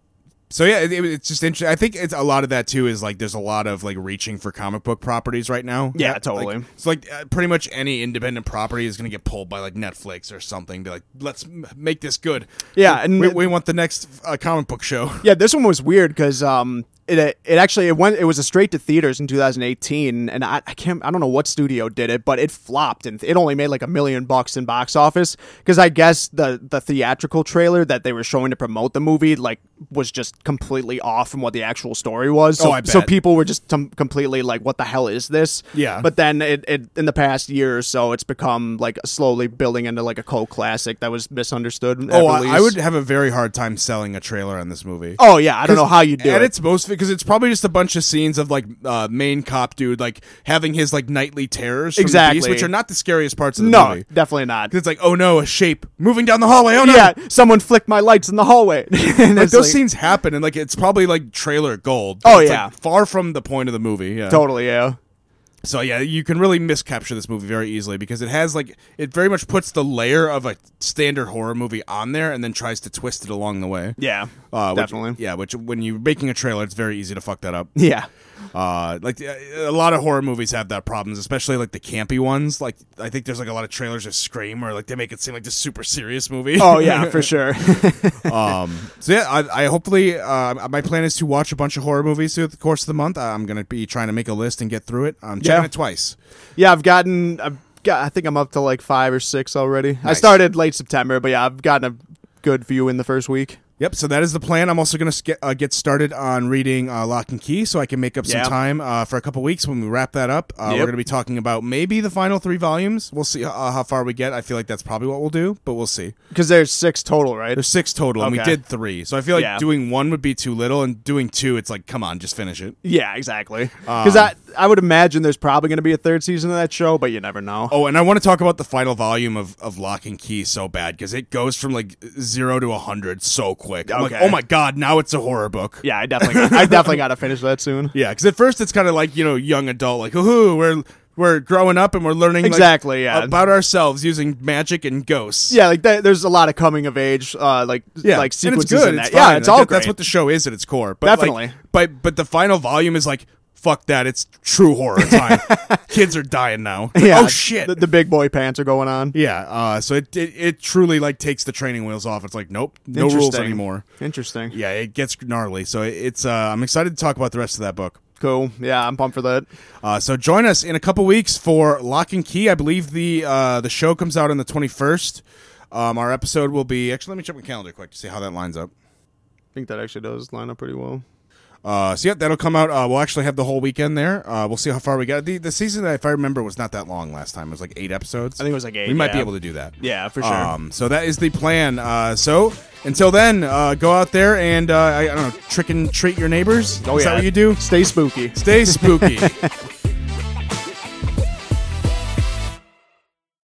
[SPEAKER 1] So yeah, it, it- it's just interesting. I think it's a lot of that too. Is like there's a lot of like reaching for comic book properties right now.
[SPEAKER 2] Yeah,
[SPEAKER 1] Like,
[SPEAKER 2] totally.
[SPEAKER 1] so like uh, pretty much any independent property is going to get pulled by like Netflix or something. Be like, let's m- make this good.
[SPEAKER 2] Yeah, and
[SPEAKER 1] we,
[SPEAKER 2] it-
[SPEAKER 1] we want the next uh, comic book show.
[SPEAKER 2] Yeah, this one was weird because um, it it actually it went it was a straight to theaters in 2018, and I, I can't I don't know what studio did it, but it flopped and it only made like a million bucks in box office because I guess the the theatrical trailer that they were showing to promote the movie like was just completely off from what the actual story was. So,
[SPEAKER 1] Oh, I
[SPEAKER 2] so
[SPEAKER 1] bet.
[SPEAKER 2] people were just tum- completely like, what the hell is this?
[SPEAKER 1] Yeah.
[SPEAKER 2] But then it, it in the past year or so, it's become like slowly building into like a cult classic that was misunderstood. at
[SPEAKER 1] Oh, I, I
[SPEAKER 2] release.
[SPEAKER 1] would have a very hard time selling a trailer on this movie.
[SPEAKER 2] Oh yeah, I don't know how you do
[SPEAKER 1] and
[SPEAKER 2] it.
[SPEAKER 1] it's most because it's probably just a bunch of scenes of like uh, main cop dude like having his like nightly terrors, from the
[SPEAKER 2] Exactly.
[SPEAKER 1] beast, which are not the scariest parts of the
[SPEAKER 2] No,
[SPEAKER 1] movie. 'Cause
[SPEAKER 2] definitely not.
[SPEAKER 1] It's like, oh no, a shape moving down the hallway. Oh no,
[SPEAKER 2] Yeah, someone flicked my lights in the hallway. (laughs) And
[SPEAKER 1] like
[SPEAKER 2] it's
[SPEAKER 1] those
[SPEAKER 2] like-
[SPEAKER 1] scenes happen, and like it's probably like trailer gold.
[SPEAKER 2] Oh,
[SPEAKER 1] It's,
[SPEAKER 2] yeah.
[SPEAKER 1] like, far from the point of the movie. Yeah.
[SPEAKER 2] Totally, yeah.
[SPEAKER 1] So yeah, you can really miscapture this movie very easily because it has like it very much puts the layer of a standard horror movie on there, and then tries to twist it along the way.
[SPEAKER 2] Yeah,
[SPEAKER 1] Uh, which-
[SPEAKER 2] definitely.
[SPEAKER 1] yeah, which when you're making a trailer, it's very easy to fuck that up.
[SPEAKER 2] yeah.
[SPEAKER 1] Uh, like uh, a lot of horror movies have that problems, especially like the campy ones. Like I think there's like a lot of trailers of Scream where like they make it seem like this super serious movie.
[SPEAKER 2] (laughs) Oh, yeah, (laughs) for sure.
[SPEAKER 1] um, (laughs) so yeah, I, I hopefully uh, my plan is to watch a bunch of horror movies through the course of the month. I'm gonna be trying to make a list and get through it. I'm checking
[SPEAKER 2] Yeah.
[SPEAKER 1] it twice.
[SPEAKER 2] yeah, I've gotten, I've got, I think I'm up to like five or six already. I
[SPEAKER 1] Nice.
[SPEAKER 2] started late September, but yeah, I've gotten a good few in the first week.
[SPEAKER 1] Yep. So that is the plan. I'm also gonna sk- uh, get started on reading uh, Lock and Key, so I can make up some
[SPEAKER 2] Yeah.
[SPEAKER 1] time uh, for a couple weeks when we wrap that up. Uh,
[SPEAKER 2] Yep.
[SPEAKER 1] We're gonna be talking about maybe the final three volumes. We'll see uh, how far we get. I feel like that's probably what we'll do, but we'll see.
[SPEAKER 2] Because there's six total, right?
[SPEAKER 1] There's six total, and we
[SPEAKER 2] Okay.
[SPEAKER 1] did three. So I feel like
[SPEAKER 2] Yeah.
[SPEAKER 1] doing one would be too little, and doing two, it's like, come on, just finish it.
[SPEAKER 2] yeah, exactly. Because I, I would imagine there's probably going to be a third season of that show, but you never know.
[SPEAKER 1] Oh, and I want to talk about the final volume of, of Lock and Key so bad because it goes from like zero to a hundred so quick. I'm like,
[SPEAKER 2] Okay.
[SPEAKER 1] oh my god, now it's a horror book.
[SPEAKER 2] Yeah, I definitely, I definitely got to finish that (laughs) soon.
[SPEAKER 1] Yeah, because at first it's kind of like you know young adult, like ooh, we're we're growing up and we're learning like,
[SPEAKER 2] Exactly, yeah.
[SPEAKER 1] about ourselves using magic and ghosts.
[SPEAKER 2] Yeah, like th- there's a lot of coming of age, uh, like like
[SPEAKER 1] and
[SPEAKER 2] sequences in that.
[SPEAKER 1] It's
[SPEAKER 2] yeah,
[SPEAKER 1] fine.
[SPEAKER 2] it's all
[SPEAKER 1] That-
[SPEAKER 2] great.
[SPEAKER 1] That's what the show is at its core. But like-
[SPEAKER 2] Definitely.
[SPEAKER 1] but but the final volume is like fuck that. It's true horror time.
[SPEAKER 2] (laughs)
[SPEAKER 1] Kids are dying now.
[SPEAKER 2] yeah,
[SPEAKER 1] oh shit.
[SPEAKER 2] The, the big boy pants are going on.
[SPEAKER 1] yeah. Uh, so it, it it truly like takes the training wheels off. It's like nope, no rules
[SPEAKER 2] Interesting.
[SPEAKER 1] anymore.
[SPEAKER 2] Interesting.
[SPEAKER 1] Yeah, it gets gnarly. So it, it's uh, I'm excited to talk about the rest of that book.
[SPEAKER 2] Cool. Yeah, I'm pumped for that.
[SPEAKER 1] Uh, so join us in a couple weeks for Lock and Key. I believe the uh, the show comes out on the 21st. Um, our episode will be actually. Let me check my calendar quick to see how that lines up.
[SPEAKER 2] I think that actually does line up pretty well.
[SPEAKER 1] Uh, so yeah, that'll come out. Uh, we'll actually have the whole weekend there. Uh, we'll see how far we got. The, the season, if I remember, was not that long last time. It was like eight episodes.
[SPEAKER 2] I think it was like eight,
[SPEAKER 1] We might be
[SPEAKER 2] yeah.
[SPEAKER 1] able to do that.
[SPEAKER 2] Yeah, for sure.
[SPEAKER 1] Um, so that is the plan. Uh, so until then, uh, go out there and uh, I, I don't know, trick and treat your neighbors.
[SPEAKER 2] Oh,
[SPEAKER 1] is
[SPEAKER 2] (laughs) yeah.
[SPEAKER 1] that what you do?
[SPEAKER 2] Stay spooky.
[SPEAKER 1] Stay spooky.